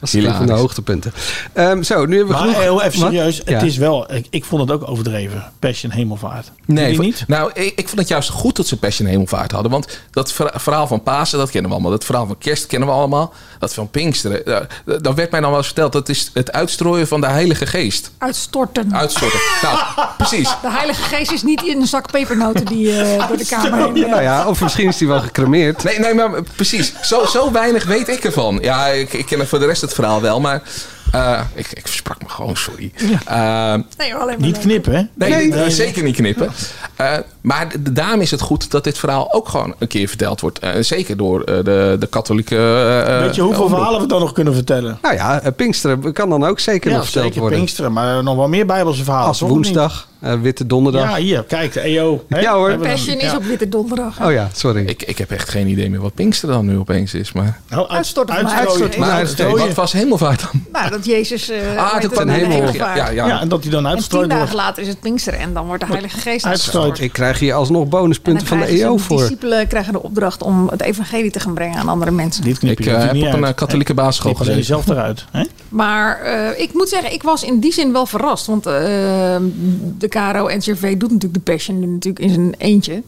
[SPEAKER 8] was een van de hoogtepunten. Ehm, zo, nu hebben we
[SPEAKER 10] Maar
[SPEAKER 8] genoeg...
[SPEAKER 10] heel even
[SPEAKER 8] Wat?
[SPEAKER 10] serieus,
[SPEAKER 8] Ja.
[SPEAKER 10] het is wel, ik, ik vond het ook overdreven. Passion Hemelvaart.
[SPEAKER 7] Nee,
[SPEAKER 10] Jullie
[SPEAKER 7] vo-
[SPEAKER 10] niet?
[SPEAKER 7] nou, ik, ik vond het juist goed dat ze Passion Hemelvaart hadden. Want dat ver- verhaal van Pasen, dat kennen we allemaal. Dat verhaal van Kerst kennen we allemaal. Dat van Pinksteren. eh, dan werd mij dan wel eens verteld, dat is het uitstrooien van de Heilige Geest.
[SPEAKER 9] Uitstorten.
[SPEAKER 7] Uitstorten. nou, precies.
[SPEAKER 9] De Heilige Geest is niet in een zak pepernoten die eh, door de kamer heen. eh,
[SPEAKER 8] Nou ja, of misschien is die wel gecremeerd.
[SPEAKER 7] Nee, nee, maar precies. Zo, zo weinig weet ik ervan. Ja, ik, ik ken voor de rest het verhaal wel, maar... eh, ik, ik versprak me gewoon, sorry. Eh,
[SPEAKER 9] Nee, hoor, alleen maar
[SPEAKER 10] Niet
[SPEAKER 9] leuk.
[SPEAKER 10] knippen, hè?
[SPEAKER 7] Nee, zeker niet knippen. Eh, maar d- daarom is het goed dat dit verhaal ook gewoon een keer verteld wordt. Eh, zeker door eh, de, de katholieke. eh,
[SPEAKER 10] Weet je hoeveel
[SPEAKER 7] omroep.
[SPEAKER 10] verhalen we dan nog kunnen vertellen?
[SPEAKER 8] Nou ja, eh, Pinksteren kan dan ook zeker nog verteld
[SPEAKER 10] zeker
[SPEAKER 8] worden.
[SPEAKER 10] Pinksteren, maar nog wel meer Bijbelse verhalen.
[SPEAKER 8] Als
[SPEAKER 10] toch, of niet?
[SPEAKER 8] woensdag, eh, Witte Donderdag.
[SPEAKER 10] Ja, hier, kijk, de EO. hè?
[SPEAKER 8] Ja, hoor.
[SPEAKER 10] Hebben we dan-
[SPEAKER 9] Passion is
[SPEAKER 10] ja.
[SPEAKER 9] op Witte Donderdag.
[SPEAKER 8] Oh ja, sorry.
[SPEAKER 7] Ik, ik heb echt geen idee meer wat Pinkster dan nu opeens is. Maar,
[SPEAKER 10] Nou,
[SPEAKER 9] Uitstorten van
[SPEAKER 10] uitstrooien,
[SPEAKER 9] uitstorten.
[SPEAKER 7] maar
[SPEAKER 10] uitstrooien.
[SPEAKER 7] wat was hemelvaart dan?
[SPEAKER 9] Nou, dat Jezus... eh
[SPEAKER 7] ah,
[SPEAKER 9] weet
[SPEAKER 7] dat
[SPEAKER 9] het,
[SPEAKER 7] ten
[SPEAKER 9] naar de
[SPEAKER 7] hemel. Ja,
[SPEAKER 9] hemelvaart.
[SPEAKER 7] ja, ja.
[SPEAKER 10] Ja, en dat die dan
[SPEAKER 9] En tien
[SPEAKER 10] uitgestrooid
[SPEAKER 9] dagen
[SPEAKER 10] wordt.
[SPEAKER 9] later is het Pinksteren en dan wordt de Heilige Geest
[SPEAKER 10] Uitgestrooid.
[SPEAKER 8] Ik krijg hier alsnog
[SPEAKER 9] En dan
[SPEAKER 8] bonuspunten van de
[SPEAKER 9] krijgen
[SPEAKER 8] EO
[SPEAKER 9] ze- de
[SPEAKER 8] voor.
[SPEAKER 9] discipelen krijgen de opdracht om het evangelie te gaan brengen aan andere mensen.
[SPEAKER 10] Dit knip
[SPEAKER 7] Ik
[SPEAKER 10] je
[SPEAKER 7] eh,
[SPEAKER 10] natuurlijk
[SPEAKER 7] heb
[SPEAKER 10] niet
[SPEAKER 7] op een eh,
[SPEAKER 10] uit.
[SPEAKER 7] katholieke basisschool
[SPEAKER 10] Knip je
[SPEAKER 7] gezeten.
[SPEAKER 10] jezelf eruit. Hè?
[SPEAKER 9] Maar eh, ik moet zeggen, ik was in die zin wel verrast. Want eh, de KRO NCRV doet natuurlijk de Passion natuurlijk in zijn eentje.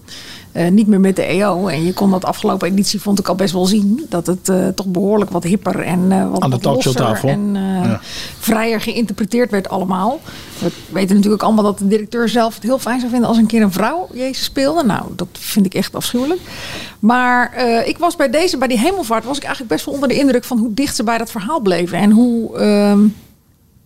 [SPEAKER 9] Eh, niet meer met de EO. En je kon dat afgelopen editie, vond ik al best wel zien. Dat het eh, toch behoorlijk wat hipper en eh, wat,
[SPEAKER 10] Aan de
[SPEAKER 9] wat losser
[SPEAKER 10] talkshowtafel.
[SPEAKER 9] En eh,
[SPEAKER 10] Ja.
[SPEAKER 9] vrijer geïnterpreteerd werd allemaal. We weten natuurlijk allemaal dat de directeur zelf het heel fijn zou vinden als een keer een vrouw Jezus speelde. Nou, dat vind ik echt afschuwelijk. Maar eh, ik was bij deze, bij die hemelvaart, was ik eigenlijk best wel onder de indruk van hoe dicht ze bij dat verhaal bleven. En hoe, ehm,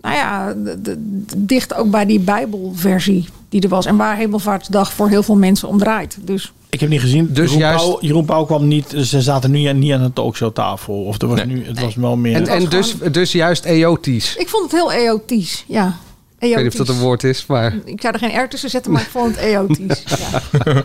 [SPEAKER 9] nou ja, de- de- de- dicht ook bij die Bijbelversie die er was. En waar hemelvaartsdag voor heel veel mensen om draait. Dus
[SPEAKER 10] Ik heb niet gezien.
[SPEAKER 8] Dus
[SPEAKER 10] Jeroen,
[SPEAKER 8] juist-
[SPEAKER 10] Pauw, Jeroen Pauw kwam niet. Ze zaten nu niet aan een talkshowtafel. Of er was nu, het was wel meer.
[SPEAKER 8] En,
[SPEAKER 9] was
[SPEAKER 8] en dus, dus juist EOtisch.
[SPEAKER 9] ik vond het heel eotisch, ja. E
[SPEAKER 8] Ik weet niet of dat een woord is, maar...
[SPEAKER 9] Ik zou er geen R tussen zetten, maar ik vond het eotisch. ja.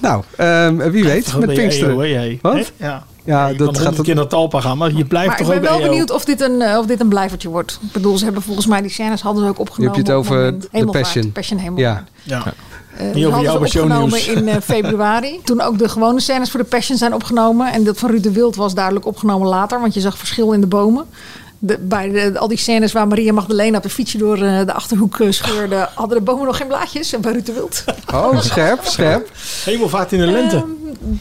[SPEAKER 8] Nou, ehm, wie weet,
[SPEAKER 10] toch
[SPEAKER 8] met
[SPEAKER 10] ook bij
[SPEAKER 8] Pinksteren.
[SPEAKER 10] EO, hè, jij?
[SPEAKER 8] Wat?
[SPEAKER 10] Hè? Ja.
[SPEAKER 8] Ja,
[SPEAKER 10] Dat
[SPEAKER 8] dat
[SPEAKER 10] gaat
[SPEAKER 8] gaat
[SPEAKER 10] een keer naar Talpa gaan, maar je blijft
[SPEAKER 9] Maar ik
[SPEAKER 10] toch
[SPEAKER 9] ben
[SPEAKER 10] ook
[SPEAKER 9] wel
[SPEAKER 10] EO.
[SPEAKER 9] benieuwd of dit, een, eh, of dit een blijvertje wordt. Ik bedoel, ze hebben volgens mij die scènes hadden ze ook opgenomen.
[SPEAKER 8] het
[SPEAKER 9] op
[SPEAKER 8] over
[SPEAKER 9] moment.
[SPEAKER 8] de
[SPEAKER 9] Hemelvaart,
[SPEAKER 8] Passion.
[SPEAKER 9] Passion
[SPEAKER 8] Ja.
[SPEAKER 9] Hemelvaart.
[SPEAKER 10] Ja.
[SPEAKER 9] Eh, die
[SPEAKER 10] Niet over
[SPEAKER 9] hadden
[SPEAKER 10] jou, maar
[SPEAKER 9] ze opgenomen
[SPEAKER 10] shownieuws.
[SPEAKER 9] in eh, februari. Toen ook de gewone scènes voor de Passion zijn opgenomen. En dat van Ruud de Wild was duidelijk opgenomen later. Want je zag verschil in de bomen. De, bij de- al die scènes waar Maria Magdalena op een fietsje door eh, de Achterhoek eh, scheurde... hadden de bomen nog geen blaadjes. En bij Ruud de Wild...
[SPEAKER 8] Oh, scherp, scherp.
[SPEAKER 10] Hemelvaart in de lente.
[SPEAKER 9] Ehm,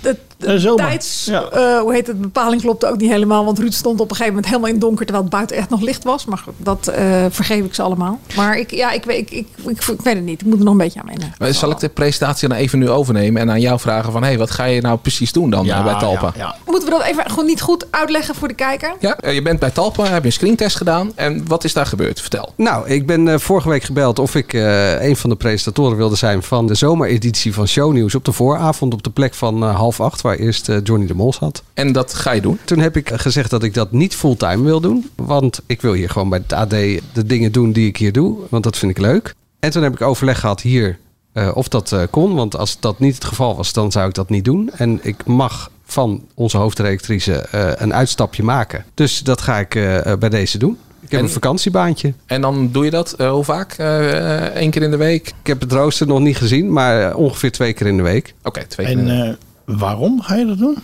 [SPEAKER 9] De, de
[SPEAKER 10] Eh, zomer.
[SPEAKER 9] tijds,
[SPEAKER 10] Ja.
[SPEAKER 9] eh, hoe heet het, bepaling klopte ook niet helemaal. Want Ruud stond op een gegeven moment helemaal in het donker... terwijl het buiten echt nog licht was. Maar goed, dat eh, vergeef ik ze allemaal. Maar ik, ja, ik, weet- ik, ik, ik, ik weet het niet. Ik moet er nog een beetje aan wennen.
[SPEAKER 7] Maar Zal ik de presentatie dan even nu overnemen en aan jou vragen van... hé, hey, wat ga je nou precies doen dan eh, bij Talpa?
[SPEAKER 9] Moeten we dat even gewoon niet goed uitleggen voor de kijker?
[SPEAKER 7] Ja, eh, je bent bij Talpa, heb je een screentest gedaan. En wat is daar gebeurd? Vertel.
[SPEAKER 8] Nou, ik ben eh, vorige week gebeld of ik eh, een van de presentatoren wilde zijn van de zomereditie van Shownieuws op de vooravond op de plek van eh, half acht, waar eerst eh, Johnny de Mol zat.
[SPEAKER 7] En dat ga je doen?
[SPEAKER 8] Toen heb ik eh, gezegd dat ik dat niet fulltime wil doen, want ik wil hier gewoon bij het AD de dingen doen die ik hier doe, want dat vind ik leuk. En toen heb ik overleg gehad hier eh, of dat eh, kon, want als dat niet het geval was, dan zou ik dat niet doen. En ik mag van onze hoofdredactrice eh, een uitstapje maken. Dus dat ga ik eh, eh, bij deze doen. Ik heb
[SPEAKER 7] En-
[SPEAKER 8] een vakantiebaantje.
[SPEAKER 7] En dan doe je dat eh, hoe vaak? Eén keer in de week?
[SPEAKER 8] Ik heb het rooster nog niet gezien, maar eh, ongeveer twee keer in de week.
[SPEAKER 7] Oké, twee
[SPEAKER 10] En eh, waarom ga je dat doen?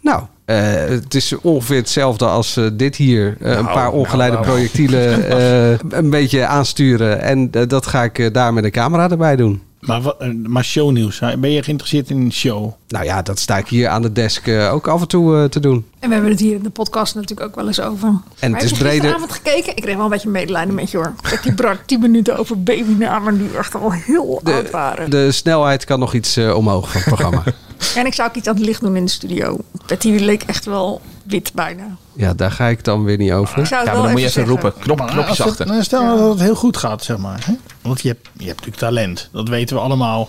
[SPEAKER 8] Nou, eh, het is ongeveer hetzelfde als eh, dit hier. Eh, een
[SPEAKER 10] Nou,
[SPEAKER 8] paar ongeleide
[SPEAKER 10] nou, nou.
[SPEAKER 8] projectielen eh, een beetje aansturen. En eh, dat ga ik eh, daar met een camera erbij doen.
[SPEAKER 10] Maar, wat- eh, maar shownieuws, hè? ben je geïnteresseerd in een show?
[SPEAKER 8] Nou ja, dat sta ik hier aan de desk eh, ook af en toe eh, te doen.
[SPEAKER 9] En we hebben het hier in de podcast natuurlijk ook wel eens over.
[SPEAKER 8] het
[SPEAKER 9] Maar
[SPEAKER 8] is
[SPEAKER 9] heb je
[SPEAKER 8] breder-
[SPEAKER 9] gisteravond gekeken? Ik kreeg wel een beetje medelijden met je hoor. Met die brak tien minuten over babynamen die echt al heel oud waren.
[SPEAKER 8] De snelheid kan nog iets eh, omhoog van het programma.
[SPEAKER 9] En ik zou ook iets aan het licht doen in de studio. Betty leek echt wel wit bijna.
[SPEAKER 8] ja, daar ga ik dan weer niet over.
[SPEAKER 9] Ik zou het Ja, maar wel dan moet je even even roepen.
[SPEAKER 7] Knop,
[SPEAKER 10] Maar als het- nou, stel nou dat het heel goed gaat, zeg maar. Hè? Want je hebt, je hebt natuurlijk talent, dat weten we allemaal.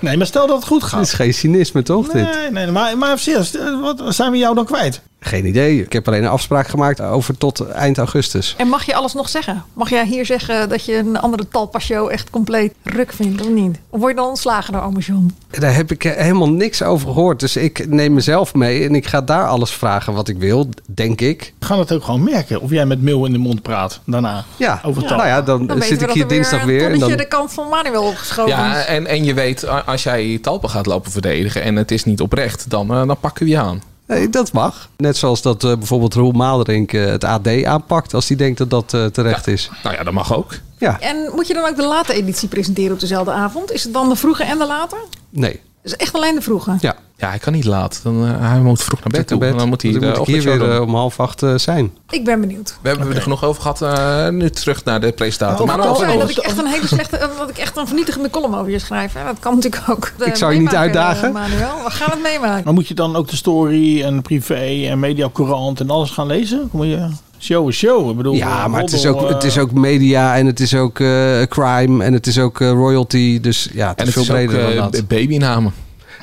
[SPEAKER 10] nee, maar stel dat het goed
[SPEAKER 8] Het is
[SPEAKER 10] gaat.
[SPEAKER 8] geen cynisme, toch? Dit?
[SPEAKER 10] Ah. Nee, nee, maar, maar serieus, eh, wat zijn we jou dan kwijt?
[SPEAKER 8] Geen idee. Ik heb alleen een afspraak gemaakt over tot eind augustus.
[SPEAKER 9] En mag je alles nog zeggen? Mag jij hier zeggen dat je een andere talpashow echt compleet ruk vindt of niet? Of word je dan ontslagen door ome John?
[SPEAKER 8] Daar heb ik eh, helemaal niks over gehoord. Dus ik neem mezelf mee en ik ga daar alles vragen wat ik wil, denk ik.
[SPEAKER 10] We gaan het ook gewoon merken of jij met meel in de mond praat daarna.
[SPEAKER 8] Ja,
[SPEAKER 10] Over
[SPEAKER 8] ja.
[SPEAKER 10] taal.
[SPEAKER 8] nou ja, dan,
[SPEAKER 9] Dan weten
[SPEAKER 8] zit
[SPEAKER 9] we
[SPEAKER 8] ik
[SPEAKER 9] dat
[SPEAKER 8] hier
[SPEAKER 9] er weer
[SPEAKER 8] dinsdag
[SPEAKER 9] een
[SPEAKER 8] weer. En
[SPEAKER 9] tonnetje
[SPEAKER 8] dan, eh,
[SPEAKER 9] de kant van Manuel opgeschoven is.
[SPEAKER 7] Ja, en, en je weet, a- als jij Talpa gaat lopen verdedigen en het is niet oprecht, dan, eh, dan pakken we je aan.
[SPEAKER 8] Nee, dat mag. Net zoals dat eh, bijvoorbeeld Roel Maalderink eh, het AD aanpakt als hij denkt dat dat eh, terecht is.
[SPEAKER 7] Nou ja, dat mag ook.
[SPEAKER 8] Ja,
[SPEAKER 9] En moet je dan ook de late editie presenteren op dezelfde avond? Is het dan de vroege en de late?
[SPEAKER 8] nee.
[SPEAKER 9] Dus echt alleen de vroege?
[SPEAKER 8] Ja.
[SPEAKER 7] Ja, hij kan niet laat. Dan, eh, hij moet vroeg naar bed toe.
[SPEAKER 8] bed.
[SPEAKER 7] En dan moet hij
[SPEAKER 8] Dan
[SPEAKER 7] de
[SPEAKER 8] moet ik hier
[SPEAKER 7] ochtendshow
[SPEAKER 8] weer
[SPEAKER 7] doen.
[SPEAKER 8] eh, om half acht eh, zijn.
[SPEAKER 9] Ik ben benieuwd.
[SPEAKER 7] We hebben er genoeg over gehad. eh, nu terug naar de presentator. Maar
[SPEAKER 9] Maar het kan
[SPEAKER 7] over-
[SPEAKER 9] zijn dat ik echt een hele slechte, eh, dat ik echt een vernietigende column over je schrijf. Hè? Dat kan natuurlijk ook. Eh,
[SPEAKER 10] Ik zou je niet
[SPEAKER 9] meemaken,
[SPEAKER 10] uitdagen.
[SPEAKER 9] eh, Manuel, we gaan het meemaken.
[SPEAKER 10] Maar moet je dan ook de story en privé en mediacourant en alles gaan lezen? Moet je show is show. Ik bedoel,
[SPEAKER 8] Ja,
[SPEAKER 10] eh,
[SPEAKER 8] maar het is,
[SPEAKER 10] roddel,
[SPEAKER 8] ook, het
[SPEAKER 10] eh,
[SPEAKER 8] is ook media en het is ook eh, crime en het is ook eh, royalty. Dus ja, het
[SPEAKER 7] En
[SPEAKER 8] is
[SPEAKER 7] het
[SPEAKER 8] veel
[SPEAKER 7] is ook,
[SPEAKER 8] breder
[SPEAKER 7] eh,
[SPEAKER 8] dan dat.
[SPEAKER 7] babynamen.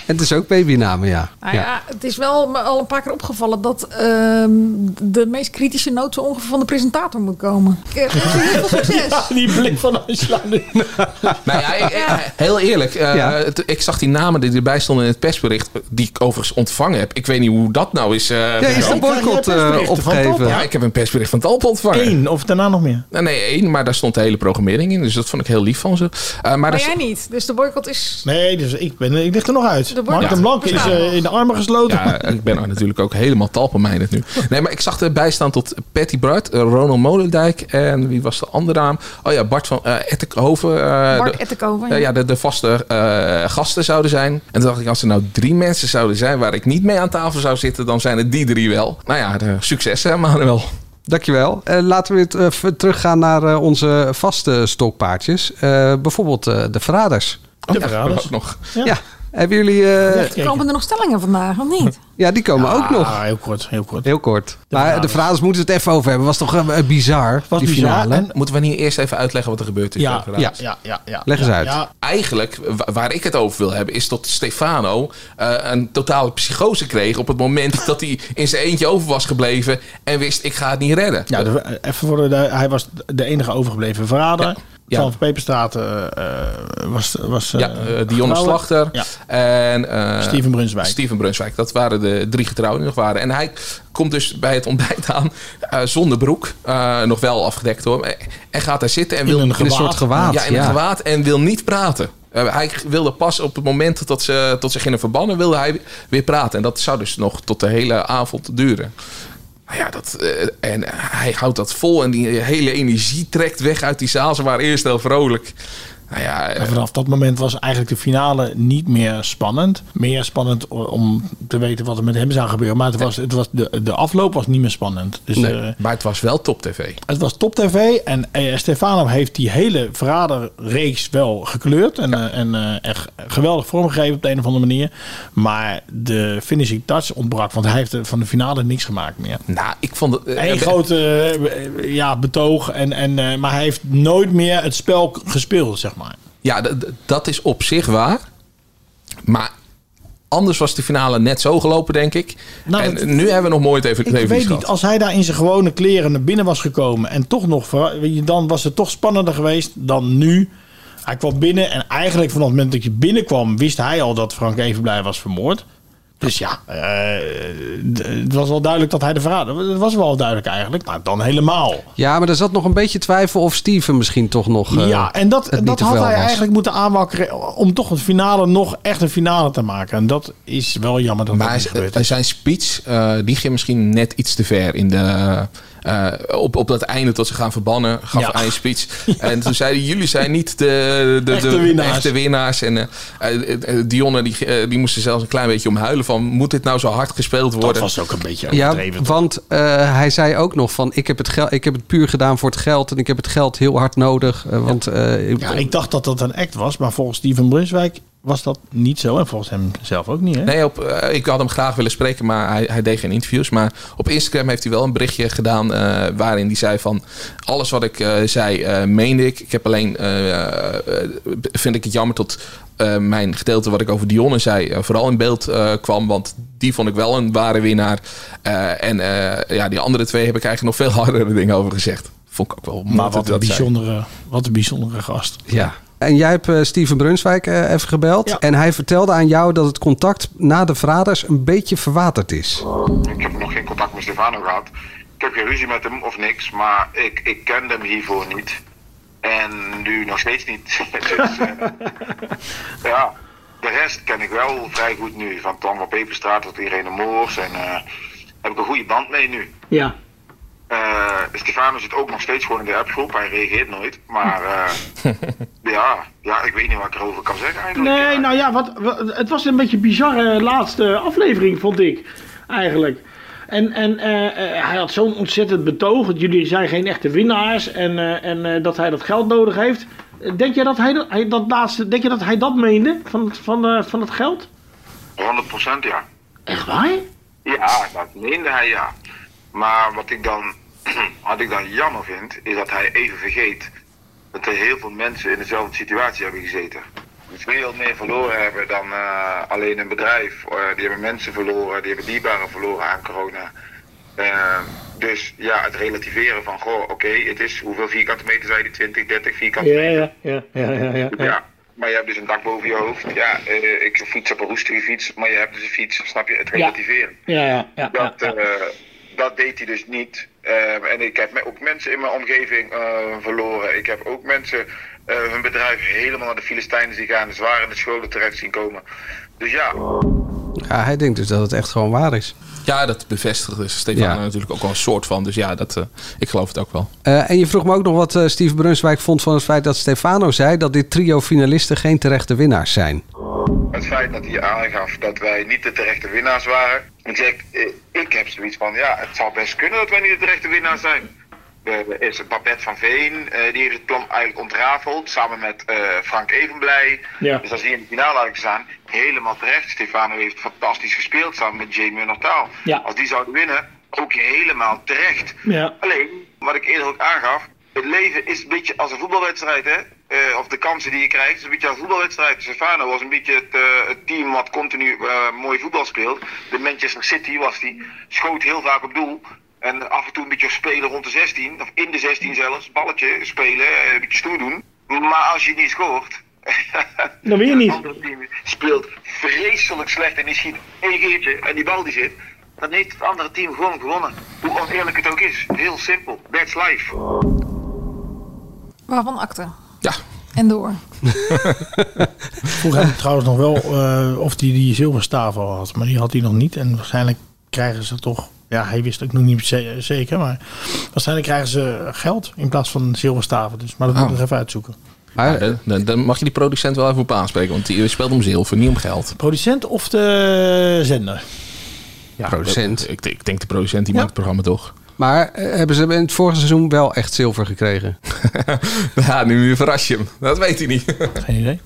[SPEAKER 8] En het is ook babynamen, ja.
[SPEAKER 9] Nou ja, het is wel me al een paar keer opgevallen dat ehm, de meest kritische noot zo ongeveer van de presentator moet komen. Ik, eh, wens je heel veel succes.
[SPEAKER 10] die blik van Angela nu.
[SPEAKER 7] Nou ja, ik- ik- heel eerlijk. eh, het- ik zag die namen die erbij stonden in het persbericht. eh, Die ik overigens ontvangen heb. Ik weet niet hoe dat nou is. eh,
[SPEAKER 10] is de
[SPEAKER 7] bedoeld.
[SPEAKER 10] boycott, eh, Jij hebt persberichten van opgegeven? Talpa?
[SPEAKER 7] Ja, ik heb een persbericht van Talpa ontvangen.
[SPEAKER 10] Eén of daarna nog meer?
[SPEAKER 7] Nou, nee, één. Maar daar stond de hele programmering in. Dus dat vond ik heel lief van ze. Eh, maar
[SPEAKER 9] Maar
[SPEAKER 7] daar
[SPEAKER 9] jij niet. Dus de boycott is...
[SPEAKER 10] Nee, dus ik, ben, ik lig er nog uit.
[SPEAKER 9] De
[SPEAKER 10] Mark
[SPEAKER 7] Ja.
[SPEAKER 10] de Blank is
[SPEAKER 9] bestaat
[SPEAKER 10] eh,
[SPEAKER 9] nog.
[SPEAKER 10] in de armen gesloten.
[SPEAKER 7] Ja, ik ben natuurlijk ook helemaal talpemijnig nu. Nee, maar ik zag erbij staan tot Patty Bart, eh, Ronald Molendijk en wie was de andere naam? Oh ja, Bart van eh Ettenhoven. eh,
[SPEAKER 9] Bart
[SPEAKER 7] de-
[SPEAKER 9] Ettenhoven,
[SPEAKER 7] eh,
[SPEAKER 9] ja.
[SPEAKER 7] ja, de, de vaste eh, gasten zouden zijn. En toen dacht ik, als er nou drie mensen zouden zijn waar ik niet mee aan tafel zou zitten, dan zijn het die drie wel. Nou ja, de, succes hè, Manuel.
[SPEAKER 8] Dankjewel. Eh, laten we weer terug teruggaan naar eh, onze vaste stokpaardjes. Eh, bijvoorbeeld eh, de verraders.
[SPEAKER 10] De verraders.
[SPEAKER 7] ook nog.
[SPEAKER 10] Ja.
[SPEAKER 8] Ja. Hebben jullie... eh,
[SPEAKER 9] Komen er nog stellingen vandaag of niet?
[SPEAKER 8] ja, die komen ook nog.
[SPEAKER 10] Ah, heel kort, heel kort.
[SPEAKER 8] Heel kort. maar de
[SPEAKER 7] verraders.
[SPEAKER 8] verraders moeten we het even over hebben. Was toch eh, bizar,
[SPEAKER 10] Was
[SPEAKER 8] die
[SPEAKER 10] bizar
[SPEAKER 8] finale?
[SPEAKER 10] en-
[SPEAKER 7] Moeten we niet eerst even uitleggen wat er gebeurd is?
[SPEAKER 10] Ja,
[SPEAKER 7] bij de
[SPEAKER 10] ja,
[SPEAKER 7] Raad?
[SPEAKER 10] ja, ja, ja.
[SPEAKER 8] Leg eens
[SPEAKER 10] Ja,
[SPEAKER 8] uit.
[SPEAKER 10] Ja,
[SPEAKER 7] Eigenlijk, wa- waar ik het over wil hebben, is dat Stefano eh, een totale psychose kreeg op het moment dat hij in zijn eentje over was gebleven en wist ik ga het niet redden.
[SPEAKER 10] ja de- even voor de, hij was de enige overgebleven verrader. 12 Peperstraat eh, eh, was... was eh,
[SPEAKER 7] ja, eh, Dionne
[SPEAKER 10] gebouwen.
[SPEAKER 7] Slachter
[SPEAKER 10] Ja.
[SPEAKER 7] en... eh,
[SPEAKER 10] Steven Brunswijk.
[SPEAKER 7] Steven Brunswijk. Dat waren de drie getrouwden die nog waren. En hij komt dus bij het ontbijt aan eh, zonder broek. eh, nog wel afgedekt hoor. En gaat daar zitten en
[SPEAKER 10] In
[SPEAKER 7] wil...
[SPEAKER 10] een gewaad.
[SPEAKER 8] soort gewaad,
[SPEAKER 7] Ja, in
[SPEAKER 8] ja.
[SPEAKER 7] een gewaad. En wil niet praten. Eh, hij wilde pas op het moment dat ze, dat ze gingen verbannen, wilde hij weer praten. En dat zou dus nog tot de hele avond duren. Nou Ja, dat, eh, en hij houdt dat vol en die hele energie trekt weg uit die zaal. Ze waren eerst heel vrolijk. Nou ja, eh,
[SPEAKER 10] En vanaf dat moment was eigenlijk de finale niet meer spannend. Meer spannend o- om te weten wat er met hem zou gebeuren. Maar het was, het was, de, de afloop was niet meer spannend. Dus
[SPEAKER 7] nee,
[SPEAKER 10] eh,
[SPEAKER 7] maar het was wel top tv.
[SPEAKER 10] het was top tv. En eh, Stefano heeft die hele verraderreeks wel gekleurd. En, eh, en eh, echt geweldig vormgegeven op de een of andere manier. Maar de finishing touch ontbrak. Want hij heeft er van de finale niks gemaakt meer.
[SPEAKER 7] Nou, ik vond het... eh,
[SPEAKER 10] Eén
[SPEAKER 7] eh,
[SPEAKER 10] grote eh, ja, betoog. En, en, eh, maar hij heeft nooit meer het spel k- gespeeld, zeg maar.
[SPEAKER 7] Ja, d- d- dat is op zich waar. Maar anders was de finale net zo gelopen, denk ik.
[SPEAKER 10] Nou,
[SPEAKER 7] en
[SPEAKER 10] dat-
[SPEAKER 7] nu hebben we nog mooi het even
[SPEAKER 10] Ik weet niet, als hij daar in zijn gewone kleren naar binnen was gekomen en toch nog, ver- weet je, dan was het toch spannender geweest dan nu. Hij kwam binnen en eigenlijk vanaf het moment dat je binnenkwam, wist hij al dat Frank Evenblij was vermoord. Dus ja, eh, d- het was wel duidelijk dat hij de verrader was. Het was wel duidelijk eigenlijk, maar dan helemaal.
[SPEAKER 8] Ja, maar er zat nog een beetje twijfel of Steven misschien toch nog. eh,
[SPEAKER 10] ja, en dat,
[SPEAKER 8] het niet
[SPEAKER 10] dat
[SPEAKER 8] te
[SPEAKER 10] had
[SPEAKER 8] fel
[SPEAKER 10] hij
[SPEAKER 8] was.
[SPEAKER 10] eigenlijk moeten aanwakkeren om toch een finale nog echt een finale te maken. En dat is wel jammer dat dat
[SPEAKER 7] Maar
[SPEAKER 10] niet gebeurd is.
[SPEAKER 7] z- zijn speech, eh, die ging misschien net iets te ver in de... eh, op, op dat einde dat ze gaan verbannen, gaf
[SPEAKER 10] Ja.
[SPEAKER 7] hij een speech. En toen zeiden jullie zijn niet de, de, de,
[SPEAKER 10] Echte
[SPEAKER 7] de
[SPEAKER 10] winnaars.
[SPEAKER 7] echte winnaars. En eh, eh, eh, Dionne, die, eh, die moest er zelfs een klein beetje om huilen van... moet dit nou zo hard gespeeld worden?
[SPEAKER 10] was ook een beetje
[SPEAKER 8] Ja, want eh, hij zei ook nog van ik heb, het geld, ik heb het puur gedaan voor het geld en ik heb het geld heel hard nodig. eh, want eh, ik-
[SPEAKER 10] Ja, ik dacht dat dat een act was, maar volgens Steven Brunswijk was dat niet zo. En volgens hem zelf ook niet. Hè?
[SPEAKER 7] Nee, op, eh, ik had hem graag willen spreken, maar hij, hij deed geen interviews. Maar op Instagram heeft hij wel een berichtje gedaan eh, waarin hij zei van... alles wat ik eh, zei, eh, meende ik. Ik heb alleen, eh, eh, vind ik het jammer dat eh, mijn gedeelte wat ik over Dionne zei... eh, vooral in beeld eh, kwam, want die vond ik wel een ware winnaar. Eh, en eh, ja, die andere twee heb ik eigenlijk nog veel hardere dingen over gezegd. Vond ik ook wel mooi
[SPEAKER 10] maar
[SPEAKER 7] dat
[SPEAKER 10] wat een,
[SPEAKER 7] hij dat zei.
[SPEAKER 10] bijzondere, wat een bijzondere gast.
[SPEAKER 8] Ja. En jij hebt eh, Steven Brunswijk eh, even gebeld. En hij vertelde aan jou dat het contact na de verraders een beetje verwaterd is.
[SPEAKER 9] Ik heb nog geen contact met Stefano gehad. Ik heb geen ruzie met hem of niks, maar ik, ik kende hem hiervoor niet. En nu nog steeds niet. dus, eh, ja, de rest ken ik wel vrij goed nu. Van Twan van Peperstraat tot Irene Moors. En eh, heb ik een goede band mee nu.
[SPEAKER 14] Ja.
[SPEAKER 9] Eh, Stefano zit ook nog steeds gewoon in de appgroep. Hij reageert nooit. Maar eh, ja, ja, ik weet niet wat ik erover kan zeggen eigenlijk.
[SPEAKER 14] Nee, nou ja, wat, wat- het was een beetje een bizarre laatste aflevering, vond ik. Eigenlijk. En, en eh, eh, hij had zo'n ontzettend betoog. dat Jullie zijn geen echte winnaars. En, eh, en eh, dat hij dat geld nodig heeft. Denk je dat hij dat, hij dat laatste, denk je dat hij dat meende? Van, van, eh, van het geld?
[SPEAKER 9] 100% ja.
[SPEAKER 14] Echt waar?
[SPEAKER 9] Ja, dat meende hij ja. Maar wat ik dan, wat ik dan jammer vind, is dat hij even vergeet dat er heel veel mensen in dezelfde situatie hebben gezeten. Die Veel meer verloren hebben dan eh, alleen een bedrijf. Eh, die hebben mensen verloren, die hebben dierbaren verloren aan corona. Eh, dus ja, het relativeren van, goh, oké, het is hoeveel vierkante meter zijn die? 20, 30 vierkante meter?
[SPEAKER 14] ja, ja, ja, ja, ja.
[SPEAKER 9] Ja, maar je hebt dus een dak boven je hoofd. Ja, eh, ik fiets op een roestige fiets, maar je hebt dus een fiets, snap je? Het relativeren.
[SPEAKER 14] Ja, ja, ja,
[SPEAKER 9] dat, eh, dat deed hij dus niet. Eh, en ik heb me- ook mensen in mijn omgeving eh, verloren. Ik heb ook mensen eh, hun bedrijf helemaal naar de Filistijnen zien gaan. Zwaar in de scholen terecht zien komen. Dus ja,
[SPEAKER 8] Ja, hij denkt dus dat het echt gewoon waar is.
[SPEAKER 7] Ja, dat bevestigde Stefan
[SPEAKER 8] Ja.
[SPEAKER 7] natuurlijk ook wel een soort van. Dus ja, dat, eh, ik geloof het ook wel.
[SPEAKER 8] Eh, en je vroeg me ook nog wat eh, Steven Brunswijk vond van het feit dat Stefano zei dat dit trio finalisten geen terechte winnaars zijn.
[SPEAKER 9] het feit dat hij aangaf dat wij niet de terechte winnaars waren. Ik zeg, eh, ik heb zoiets van, ja, het zou best kunnen dat wij niet de terechte winnaars zijn. Er is een Babette van Veen, eh, die heeft het plan eigenlijk ontrafeld, samen met eh, Frank Evenblij.
[SPEAKER 14] Ja.
[SPEAKER 9] Dus dan zie je in de finale eigenlijk staan, helemaal terecht. Stefano heeft fantastisch gespeeld samen met Jamie Munnertaal.
[SPEAKER 14] Ja.
[SPEAKER 9] Als die zouden winnen, ook helemaal terecht.
[SPEAKER 14] Ja.
[SPEAKER 9] Alleen, wat ik eerder ook aangaf, het leven is een beetje als een voetbalwedstrijd, hè? Eh, of de kansen die je krijgt, is een beetje als een voetbalwedstrijd. Stefano was een beetje het, eh, het team wat continu eh, mooi voetbal speelt. De Manchester City was die, schoot heel vaak op doel. En af en toe een beetje spelen rond de 16, of in de 16 zelfs, balletje spelen, eh, een beetje stoer doen. Maar als je niet scoort.
[SPEAKER 15] Dan win je niet.
[SPEAKER 9] Het andere team speelt vreselijk slecht en die schiet één keertje en die bal die zit. Dan heeft het andere team gewoon gewonnen. Hoe oneerlijk het ook is. Heel simpel. That's life.
[SPEAKER 16] Waarvan akte? Ja. En door.
[SPEAKER 10] Vroeger had ik trouwens nog wel eh, of hij die, die zilverstaaf al had. Maar die had hij nog niet. En waarschijnlijk krijgen ze toch... Ja, hij wist het ook nog niet ze- zeker. Maar waarschijnlijk krijgen ze geld in plaats van zilverstaven. Dus, maar dat
[SPEAKER 7] Oh.
[SPEAKER 10] moet ik nog even uitzoeken.
[SPEAKER 7] Ja, dan, dan mag je die producent wel even op aanspreken, want die speelt om zilver, niet om geld.
[SPEAKER 10] Producent of de zender?
[SPEAKER 7] Ja, producent. Ik, ik denk de producent, die maakt het programma toch?
[SPEAKER 8] Maar eh, hebben ze in het vorige seizoen wel echt zilver gekregen?
[SPEAKER 7] ja, nu verras je hem. Dat weet hij niet.
[SPEAKER 10] Geen idee.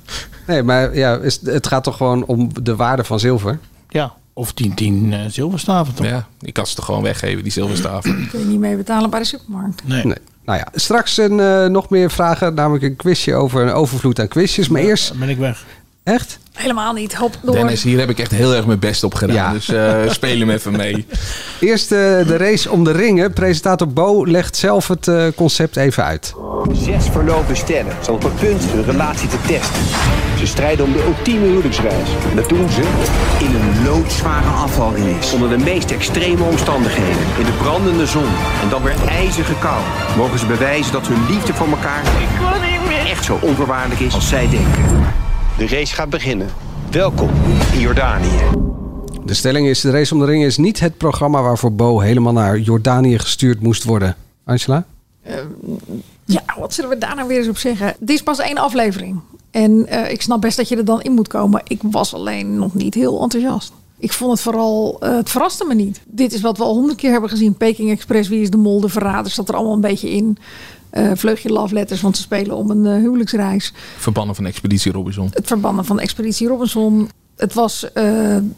[SPEAKER 8] Nee, maar ja, is, het gaat toch gewoon om de waarde van zilver?
[SPEAKER 10] Ja, of 10-10 zilverstaven toch?
[SPEAKER 7] Ja, ik kan ze toch gewoon weggeven, die zilverstaven.
[SPEAKER 16] Kun je niet mee betalen bij de supermarkt.
[SPEAKER 10] Nee.
[SPEAKER 8] Nou ja, straks een, eh, nog meer vragen. Namelijk een quizje over een overvloed aan quizjes. Maar eerst...
[SPEAKER 10] ben ik weg.
[SPEAKER 8] Echt?
[SPEAKER 16] Helemaal niet. Hop door.
[SPEAKER 7] Dennis, hier heb ik echt heel erg mijn best op gedaan.
[SPEAKER 8] Ja.
[SPEAKER 7] Dus eh, speel hem even mee.
[SPEAKER 8] Eerst eh, de race om de ringen. Presentator Bo legt zelf het eh, concept even uit.
[SPEAKER 17] Zes verlopen sterren staan op het punt hun relatie te testen. Ze strijden om de ultieme huwelijksreis. Dat doen ze in een loodzware afvalreis. Onder de meest extreme omstandigheden. In de brandende zon. En dan weer ijzige kou. Mogen ze bewijzen dat hun liefde voor elkaar echt zo onvoorwaardelijk is als zij denken.
[SPEAKER 18] De race gaat beginnen. Welkom in Jordanië.
[SPEAKER 8] De stelling is: de race om de ringen is niet het programma waarvoor Bo helemaal naar Jordanië gestuurd moest worden. Angela?
[SPEAKER 16] Eh, ja, wat zullen we daar nou weer eens op zeggen? Dit is pas één aflevering. En eh, ik snap best dat je er dan in moet komen. Ik was alleen nog niet heel enthousiast. Ik vond het vooral, eh, het verraste me niet. Dit is wat we al honderd keer hebben gezien. Peking Express, Wie is de Mol, De Verraders, dat er allemaal een beetje in. Eh, vleugje love letters, want ze spelen om een eh, huwelijksreis.
[SPEAKER 7] Verbannen van Expeditie Robinson.
[SPEAKER 16] Het verbannen van Expeditie Robinson. Het was eh,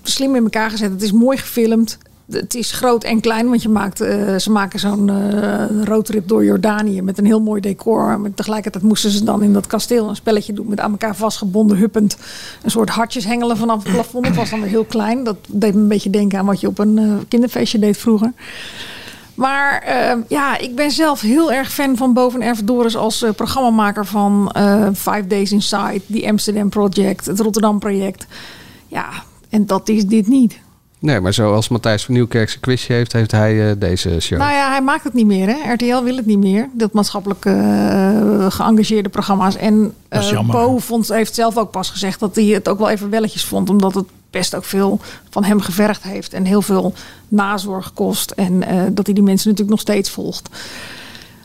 [SPEAKER 16] slim in elkaar gezet. Het is mooi gefilmd. Het is groot en klein, want je maakt, eh, ze maken zo'n eh, roadtrip door Jordanië met een heel mooi decor. Maar tegelijkertijd moesten ze dan in dat kasteel een spelletje doen met aan elkaar vastgebonden, huppend. Een soort hartjes hengelen vanaf het plafond. Het was dan weer heel klein. Dat deed me een beetje denken aan wat je op een eh, kinderfeestje deed vroeger. Maar eh, ja, ik ben zelf heel erg fan van Boven Ervedoris als eh, programmamaker van eh, Five Days Inside, die Amsterdam Project, het Rotterdam Project. Ja, en dat is dit niet.
[SPEAKER 8] Nee, maar zoals Matthijs van Nieuwkerk zijn quizje heeft, heeft hij eh, deze show.
[SPEAKER 16] Nou ja, hij maakt het niet meer. Hè? RTL wil het niet meer. Dat maatschappelijk eh geëngageerde programma's. En
[SPEAKER 10] Dat is
[SPEAKER 16] eh,
[SPEAKER 10] jammer.
[SPEAKER 16] Bo vond, heeft zelf ook pas gezegd dat hij het ook wel even welletjes vond. Omdat het best ook veel van hem gevergd heeft. En heel veel nazorg kost. En eh, dat hij die mensen natuurlijk nog steeds volgt.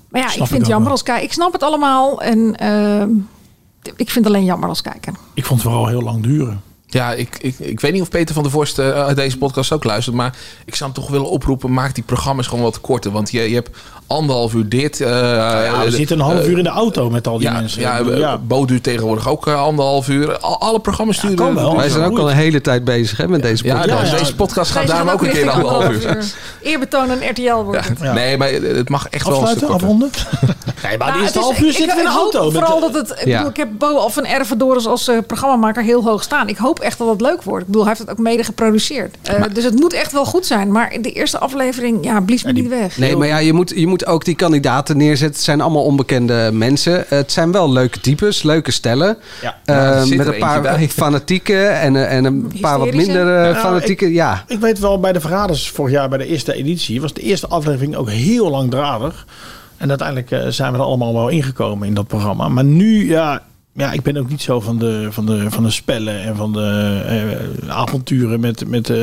[SPEAKER 16] Maar ja,
[SPEAKER 10] Snap
[SPEAKER 16] ik
[SPEAKER 10] ik
[SPEAKER 16] vind
[SPEAKER 10] ook
[SPEAKER 16] het jammer
[SPEAKER 10] wel.
[SPEAKER 16] als kijker. Ik snap het allemaal. En eh, ik vind het alleen jammer als kijker.
[SPEAKER 10] Ik vond het vooral heel lang duren.
[SPEAKER 7] Ja, ik, ik, ik weet niet of Peter van der Vorst eh, uit deze podcast ook luistert. Maar ik zou hem toch willen oproepen. Maak die programma's gewoon wat korter. Want je, je hebt anderhalf uur dit. eh,
[SPEAKER 10] Ja, we
[SPEAKER 7] eh,
[SPEAKER 10] zitten een half
[SPEAKER 7] eh,
[SPEAKER 10] uur in de auto met al die mensen.
[SPEAKER 7] Ja, eh,
[SPEAKER 10] Ik bedoel,
[SPEAKER 7] ja. Bo duurt tegenwoordig ook eh, anderhalf uur. Al- alle programma's duren.
[SPEAKER 8] kan wel. Wij zijn ook al een hele tijd bezig hè, met deze
[SPEAKER 7] Ja,
[SPEAKER 8] podcast.
[SPEAKER 7] dus deze podcast gaat
[SPEAKER 16] Deze
[SPEAKER 7] daarom
[SPEAKER 16] gaat
[SPEAKER 7] ook een keer
[SPEAKER 16] richting
[SPEAKER 7] anderhalf
[SPEAKER 16] anderhalf
[SPEAKER 7] uur.
[SPEAKER 16] uur. Eerbetoon aan RTL wordt het.
[SPEAKER 7] Nee, maar eh, het mag echt
[SPEAKER 10] Afsluiten,
[SPEAKER 7] wel een stuk
[SPEAKER 10] korter. Nee, maar
[SPEAKER 16] Nou,
[SPEAKER 10] die is een
[SPEAKER 16] het
[SPEAKER 10] half uur
[SPEAKER 16] ik-
[SPEAKER 10] zitten we
[SPEAKER 16] ik
[SPEAKER 10] in de
[SPEAKER 16] hoop
[SPEAKER 10] auto. met
[SPEAKER 16] vooral
[SPEAKER 10] de-
[SPEAKER 16] dat het. Ik,
[SPEAKER 10] Ja.
[SPEAKER 16] bedoel, ik heb Bo of een Ervedoris als eh, programmamaker heel hoog staan. Ik hoop echt dat dat leuk wordt. Ik bedoel, hij heeft het ook mede geproduceerd. Eh, dus het moet echt wel goed zijn. Maar de eerste aflevering, ja, blies me niet weg.
[SPEAKER 8] Nee, maar ja, je moet, je moet ook die kandidaten neerzetten. Het zijn allemaal onbekende mensen. Het zijn wel leuke types, leuke stellen.
[SPEAKER 10] Ja.
[SPEAKER 8] Eh,
[SPEAKER 10] Ja, er zit
[SPEAKER 8] met
[SPEAKER 10] er
[SPEAKER 8] een paar
[SPEAKER 10] eentje bij.
[SPEAKER 8] fanatieken en, eh, en een paar wat minder eh,
[SPEAKER 10] Nou,
[SPEAKER 8] fanatieken.
[SPEAKER 10] ik-
[SPEAKER 8] ja.
[SPEAKER 10] Ik weet wel, bij de Verraders vorig jaar, bij de eerste editie, was de eerste aflevering ook heel langdradig. En uiteindelijk eh, zijn we er allemaal wel ingekomen in dat programma. Maar nu, ja, ja ik ben ook niet zo van de, van de, van de spellen en van de eh, avonturen met, met eh,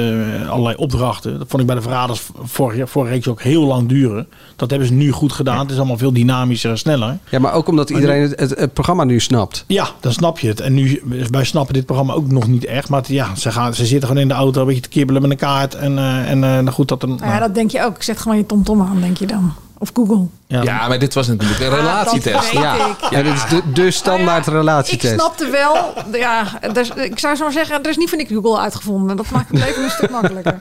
[SPEAKER 10] allerlei opdrachten. Dat vond ik bij de Verraders vorig jaar, vorige reeks ook heel lang duren. Dat hebben ze nu goed gedaan. Het is allemaal veel dynamischer en sneller.
[SPEAKER 8] Ja, maar ook omdat
[SPEAKER 10] Maar
[SPEAKER 8] iedereen het, het, het programma nu snapt.
[SPEAKER 10] Ja, dan snap je het. En nu, wij snappen dit programma ook nog niet echt. Maar het- ja, ze, gaan, ze zitten gewoon in de auto een beetje te kibbelen met een kaart. En, eh, en eh, nou goed, dat een...
[SPEAKER 16] Nou ja, dat denk je ook. Ik zet gewoon je tomtom aan, denk je dan. Of Google.
[SPEAKER 7] Ja, maar dit was natuurlijk
[SPEAKER 9] Ah,
[SPEAKER 7] een relatietest.
[SPEAKER 16] weet
[SPEAKER 7] ja.
[SPEAKER 16] ik.
[SPEAKER 8] Ja, dit is de, de standaard
[SPEAKER 16] Ik
[SPEAKER 8] relatietest.
[SPEAKER 16] snapte wel, ja, er is- ik zou zo maar zeggen, er is niet van ik Google uitgevonden. Dat maakt het leven een stuk makkelijker.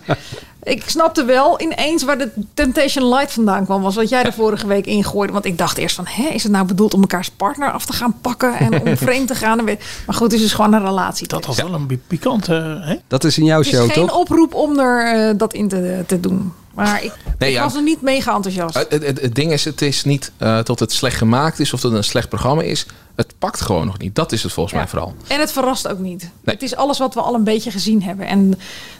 [SPEAKER 16] Ik snapte wel ineens waar de Temptation Light vandaan kwam, was wat jij de vorige week ingooide. Want ik dacht eerst van, hè, is het nou bedoeld om elkaars partner af te gaan pakken en om vreemd te gaan? En weet- Maar goed, het is dus gewoon een relatie.
[SPEAKER 10] Dat was wel een pikante... Hè?
[SPEAKER 8] Dat is in jouw
[SPEAKER 16] Het is
[SPEAKER 8] show,
[SPEAKER 16] geen
[SPEAKER 8] toch?
[SPEAKER 16] oproep om er eh, dat in te, te doen.
[SPEAKER 9] Maar ik,
[SPEAKER 7] Nee,
[SPEAKER 9] ik
[SPEAKER 7] ja. Eh,
[SPEAKER 9] was er niet mega enthousiast.
[SPEAKER 7] Het, het- het, het ding is, het is niet eh, dat het slecht gemaakt is of dat het een slecht programma is. Het pakt gewoon nog niet. Dat is het volgens mij vooral.
[SPEAKER 9] En het verrast ook niet.
[SPEAKER 7] Nee.
[SPEAKER 9] Het is alles wat we al een beetje gezien hebben. En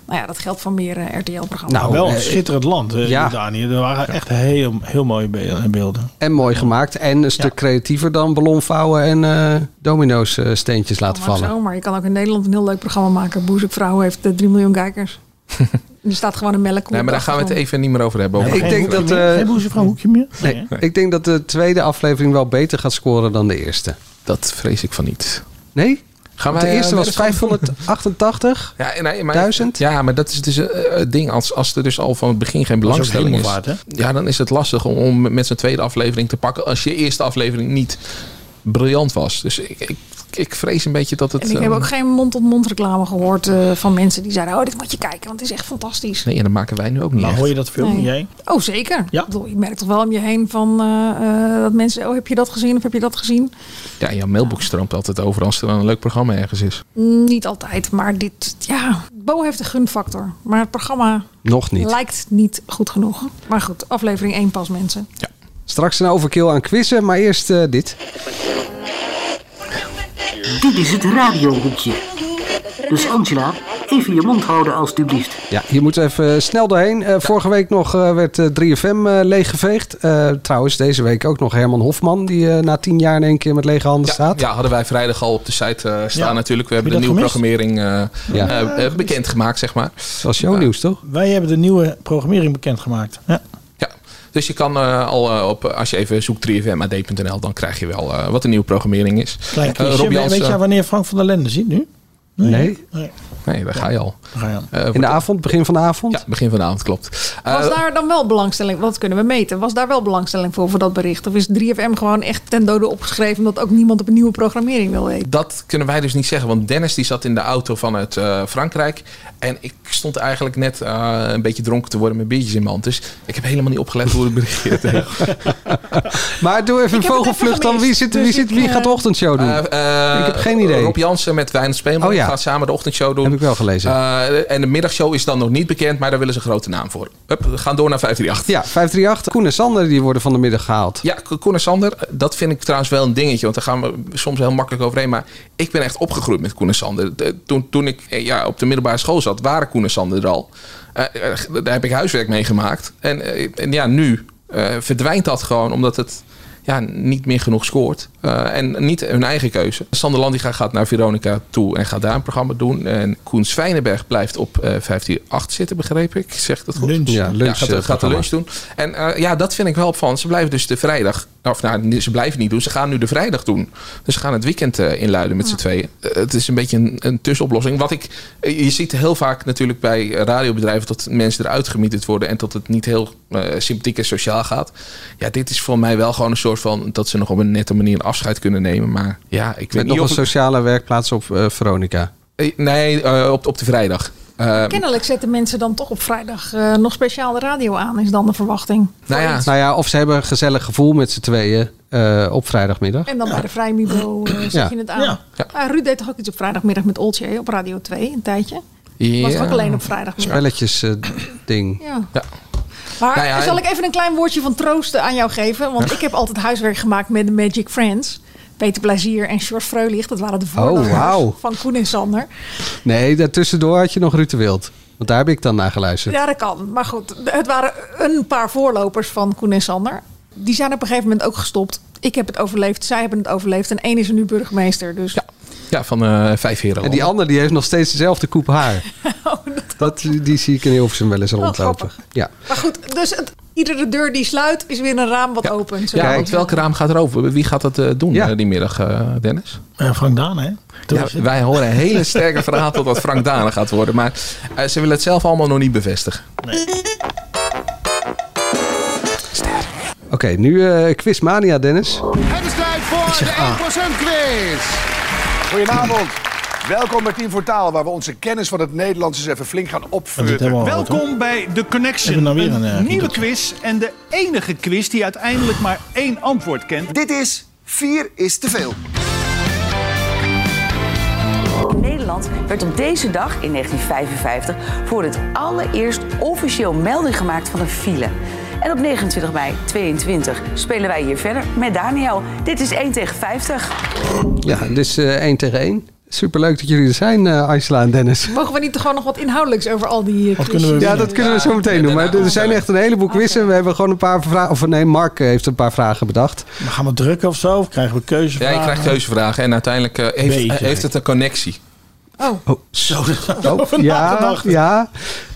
[SPEAKER 9] nou ja, dat geldt voor meer
[SPEAKER 16] eh,
[SPEAKER 9] RTL-programma's.
[SPEAKER 10] Nou, wel een schitterend land, eh,
[SPEAKER 8] Oh, ja.
[SPEAKER 10] Jordanië. Er waren echt heel, heel mooie be- eh, beelden.
[SPEAKER 8] En mooi gemaakt. En een stuk creatiever dan ballon vouwen en eh, domino's eh, steentjes laten
[SPEAKER 9] Maar,
[SPEAKER 8] vallen.
[SPEAKER 9] zo, maar je kan ook in Nederland een heel leuk programma maken. Boezekvrouw heeft eh, 3 miljoen kijkers. en er staat gewoon een melk.
[SPEAKER 7] Nee, maar daar gaan we het even niet meer over hebben. Over
[SPEAKER 8] ik denk dat, eh,
[SPEAKER 10] Boezekvrouw Hoekje meer?
[SPEAKER 8] nee, ik denk dat de tweede aflevering wel beter gaat scoren dan de eerste.
[SPEAKER 7] Dat vrees ik van niet.
[SPEAKER 8] Nee?
[SPEAKER 7] Gaan
[SPEAKER 8] Want
[SPEAKER 7] wij,
[SPEAKER 8] de eerste
[SPEAKER 7] eh,
[SPEAKER 8] was 588.
[SPEAKER 7] Ja, en nee, maar, duizend? Ja, maar dat is dus eh, het ding. Als, als er dus al van het begin geen
[SPEAKER 10] Dat is ook
[SPEAKER 7] belangstelling is,
[SPEAKER 10] hemelvaart,
[SPEAKER 7] ja, dan is het lastig om, om met zijn tweede aflevering te pakken. Als je eerste aflevering niet briljant was. Dus ik, ik, ik vrees een beetje dat het.
[SPEAKER 9] En ik heb
[SPEAKER 7] ehm,
[SPEAKER 9] ook geen mond-tot-mond reclame gehoord eh, van mensen die zeiden... oh, dit moet je kijken, want het is echt fantastisch.
[SPEAKER 7] Nee, en dat maken wij nu ook niet.
[SPEAKER 10] Maar Nou,
[SPEAKER 7] echt.
[SPEAKER 10] hoor je dat veel?
[SPEAKER 9] Nee.
[SPEAKER 10] Jij?
[SPEAKER 9] Oh, zeker. Ik bedoel, je merkt toch wel om je heen van eh, eh, dat mensen... oh, heb je dat gezien of heb je dat gezien?
[SPEAKER 7] Ja, jouw mailbox stroomt altijd over als er dan een leuk programma ergens is.
[SPEAKER 9] Mm, Niet altijd, maar dit... Ja, Bo heeft een gunfactor. Maar het programma
[SPEAKER 8] Nog niet.
[SPEAKER 9] lijkt niet goed genoeg. Maar goed, aflevering 1 pas, mensen.
[SPEAKER 8] Straks een overkill aan quizzen, maar eerst eh, dit.
[SPEAKER 19] Dit is het radiohoekje. Dus Angela, even je mond houden alstublieft.
[SPEAKER 8] Ja, hier moeten we even snel doorheen. Eh, Vorige week nog eh, werd eh, 3FM eh, leeggeveegd. Eh, trouwens, deze week ook nog Herman Hofman, die eh, na tien jaar in één keer met lege handen staat.
[SPEAKER 7] Ja, hadden wij vrijdag al op de site eh, staan
[SPEAKER 8] Ja.
[SPEAKER 7] natuurlijk. We
[SPEAKER 8] Heb je
[SPEAKER 7] hebben de nieuwe
[SPEAKER 8] dat
[SPEAKER 7] programmering eh,
[SPEAKER 8] Ja.
[SPEAKER 7] eh, eh, bekendgemaakt, zeg maar. Dat
[SPEAKER 8] was jouw nieuws, toch?
[SPEAKER 10] Wij hebben de nieuwe programmering bekendgemaakt. Ja.
[SPEAKER 7] Dus je kan eh, al eh, op, als je even zoekt 3fmad.nl, dan krijg je wel eh, wat de nieuwe programmering is.
[SPEAKER 10] Klein
[SPEAKER 7] Eh,
[SPEAKER 10] quizje.
[SPEAKER 7] Rob
[SPEAKER 10] weet, weet
[SPEAKER 7] Jansen-
[SPEAKER 10] jij wanneer Frank van der Lende zit nu?
[SPEAKER 7] Nee.
[SPEAKER 10] Nee.
[SPEAKER 7] Nee, daar ga je al.
[SPEAKER 10] Ga je al.
[SPEAKER 7] In de
[SPEAKER 8] avond, begin van de avond?
[SPEAKER 7] Ja, begin van de avond, klopt. Eh,
[SPEAKER 9] Was daar dan wel belangstelling? Wat kunnen we meten? Was daar wel belangstelling voor voor dat bericht? Of is 3FM gewoon echt ten dode opgeschreven omdat ook niemand op een nieuwe programmering wil weten?
[SPEAKER 7] Dat kunnen wij dus niet zeggen, want Dennis die zat in de auto vanuit eh, Frankrijk. En ik stond eigenlijk net eh, een beetje dronken te worden met biertjes in mijn hand. Dus ik heb helemaal niet opgelet hoe het bericht heet.
[SPEAKER 8] Maar doe even een vogelvlucht dan. Wie, zit, wie, zit, wie gaat de ochtendshow doen?
[SPEAKER 7] Eh, eh,
[SPEAKER 8] ik heb geen idee.
[SPEAKER 7] Rob Jansen met Wijnand Speelman
[SPEAKER 8] Oh ja.
[SPEAKER 7] gaat samen de ochtendshow doen.
[SPEAKER 8] Heb ik wel gelezen.
[SPEAKER 7] Eh, en de middagshow is dan nog niet bekend, maar daar willen ze een grote naam voor. Hup, we gaan door naar 538.
[SPEAKER 8] Ja, 538. Koen en Sander die worden van de middag gehaald.
[SPEAKER 7] Ja, Ko- Koen en Sander, eh, dat vind ik trouwens wel een dingetje. Want daar gaan we soms heel makkelijk overheen. Maar ik ben echt opgegroeid met Koen en Sander. De- toen, toen ik eh, ja, op de middelbare school zat, waren Koen en Sander er al. Eh, eh, daar heb ik huiswerk mee gemaakt. En, eh, en ja, nu eh, verdwijnt dat gewoon omdat het ja, niet meer genoeg scoort. Eh, en niet hun eigen keuze. Sander Landiga gaat naar Veronica toe en gaat daar een programma doen. En Koen Zwijnenberg blijft op eh 158 zitten, begreep ik. Zeg dat goed?
[SPEAKER 10] Lunch. Ja, lunch,
[SPEAKER 7] gaat,
[SPEAKER 10] eh,
[SPEAKER 7] de- gaat de
[SPEAKER 10] programma.
[SPEAKER 7] lunch doen. En eh, ja, dat vind ik wel opvallend. Ze blijven dus de vrijdag... Of nou, ze blijven niet doen. Ze gaan nu de vrijdag doen. Dus ze gaan het weekend eh, inluiden met z'n tweeën. Eh, het is een beetje een, een tussenoplossing. Wat ik... eh, je ziet heel vaak natuurlijk bij eh, radiobedrijven... dat mensen eruit gemieterd worden... en dat het niet heel eh, sympathiek en sociaal gaat. Ja, dit is voor mij wel gewoon een soort van... dat ze nog op een nette manier een afscheid kunnen nemen. Maar ja, ik weet
[SPEAKER 8] Met nog
[SPEAKER 7] niet
[SPEAKER 8] een
[SPEAKER 7] of... het-
[SPEAKER 8] sociale werkplaats op eh, Veronica.
[SPEAKER 7] eh, nee, eh, op, op de vrijdag. Eh,
[SPEAKER 9] Kennelijk zetten mensen dan toch op vrijdag eh, nog speciaal de radio aan, is dan de verwachting.
[SPEAKER 7] Nou ja.
[SPEAKER 8] nou ja, of ze hebben een gezellig gevoel met z'n tweeën eh, op vrijdagmiddag.
[SPEAKER 9] En dan bij de Vrijmibo eh, zet
[SPEAKER 8] Ja.
[SPEAKER 9] je het aan. Ah, Ruud deed toch ook iets op vrijdagmiddag met Oltje op Radio 2 een tijdje? Was het ook alleen op vrijdagmiddag?
[SPEAKER 8] Spelletjes eh, ding.
[SPEAKER 9] Ja. Maar
[SPEAKER 8] Nou ja,
[SPEAKER 9] zal
[SPEAKER 8] en-
[SPEAKER 9] ik even een klein woordje van troost aan jou geven? Want ik heb altijd huiswerk gemaakt met de Magic Friends. Peter Blazier en George Freulich. Dat waren de voorlopers
[SPEAKER 8] Oh, wauw.
[SPEAKER 9] van Koen en Sander.
[SPEAKER 8] Nee, daartussendoor had je nog Ruud de Wild. Want daar heb ik dan naar geluisterd.
[SPEAKER 9] Ja, dat kan. Maar goed, het waren een paar voorlopers van Koen en Sander. Die zijn op een gegeven moment ook gestopt. Ik heb het overleefd, zij hebben het overleefd. En één is er nu burgemeester. Dus
[SPEAKER 7] ja, van eh Vijf Heren.
[SPEAKER 8] En die ander die heeft nog steeds dezelfde koep haar. dat, die zie ik in Hilversum wel eens rondlopen. Ja.
[SPEAKER 9] Maar goed, dus het, iedere deur die sluit is weer een raam wat opent. Zo
[SPEAKER 7] Ja,
[SPEAKER 9] kan
[SPEAKER 7] want
[SPEAKER 9] je
[SPEAKER 7] welk raam gaat er over? Wie gaat dat eh, doen eh, die middag, eh, Dennis?
[SPEAKER 10] Eh, Frank Daan, hè? Toen
[SPEAKER 7] Ja,
[SPEAKER 10] was het-
[SPEAKER 7] wij horen een hele sterke verhaal dat dat Frank Dane gaat worden. Maar eh, ze willen het zelf allemaal nog niet bevestigen.
[SPEAKER 8] Oké, nu eh, Quizmania, Dennis.
[SPEAKER 5] Het is tijd voor de
[SPEAKER 10] ah.
[SPEAKER 5] 1% quiz. Goedenavond. Welkom bij Team voor Taal, waar we onze kennis van het Nederlands eens even flink gaan opvullen.
[SPEAKER 20] Welkom bij The Connection.
[SPEAKER 5] Hebben we nou weer een, eh,
[SPEAKER 20] nieuwe quiz en de enige quiz die uiteindelijk maar één antwoord kent. Dit is 4 is te veel.
[SPEAKER 12] Nederland werd op deze dag in 1955 voor het allereerst officieel melding gemaakt van een file. En op 29 mei 22 spelen wij hier verder met Daniel. Dit is 1 tegen 50.
[SPEAKER 8] Ja, dus eh één tegen één. Superleuk dat jullie er zijn, eh Aisla en Dennis.
[SPEAKER 16] Mogen we niet gewoon nog wat inhoudelijks over al die eh, quiz?
[SPEAKER 8] ja, dat kunnen we zo meteen doen. Maar er zijn echt een heleboel quizzen. We hebben gewoon een paar vragen. Of nee, Mark eh, heeft een paar vragen bedacht.
[SPEAKER 10] Maar gaan we drukken of zo? Of krijgen we keuzevragen?
[SPEAKER 7] Ja, je krijgt keuzevragen en uiteindelijk eh, heeft,
[SPEAKER 10] Beetje.
[SPEAKER 7] heeft het een connectie.
[SPEAKER 16] Oh.
[SPEAKER 7] Zo.
[SPEAKER 10] Over
[SPEAKER 8] ja,
[SPEAKER 10] nagedacht.
[SPEAKER 8] ja.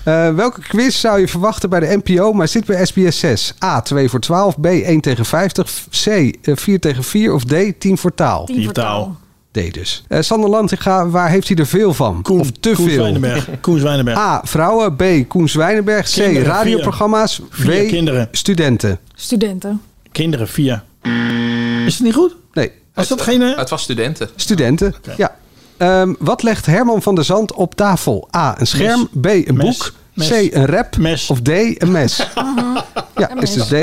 [SPEAKER 8] Eh, welke quiz zou je verwachten bij de NPO, maar zit bij SBS 6? A, 2 voor 12. B, 1 tegen 50. C, eh, 4 tegen 4. Of D, 10 voor taal?
[SPEAKER 16] 10 voor taal.
[SPEAKER 8] D dus. Eh Sander Lantinga, waar heeft hij er veel van? of te
[SPEAKER 10] Koen
[SPEAKER 8] veel?
[SPEAKER 10] Zwijnenberg. Koen Zwijnenberg.
[SPEAKER 5] Ah.
[SPEAKER 8] A, vrouwen. B, Koen Zwijnenberg. C,
[SPEAKER 10] Kinderen, vier.
[SPEAKER 8] radioprogramma's.
[SPEAKER 10] Vier
[SPEAKER 8] B,
[SPEAKER 10] kinderen.
[SPEAKER 8] studenten.
[SPEAKER 16] Studenten.
[SPEAKER 10] Kinderen, vier. Is het niet goed?
[SPEAKER 8] Nee.
[SPEAKER 10] Was dat geen... eh,
[SPEAKER 7] Het was studenten.
[SPEAKER 8] Studenten, ja. Ehm, wat legt Herman van der Zand op tafel? A, een scherm. B, een boek. C, een rap. Of D, een mes. ja, is dus D.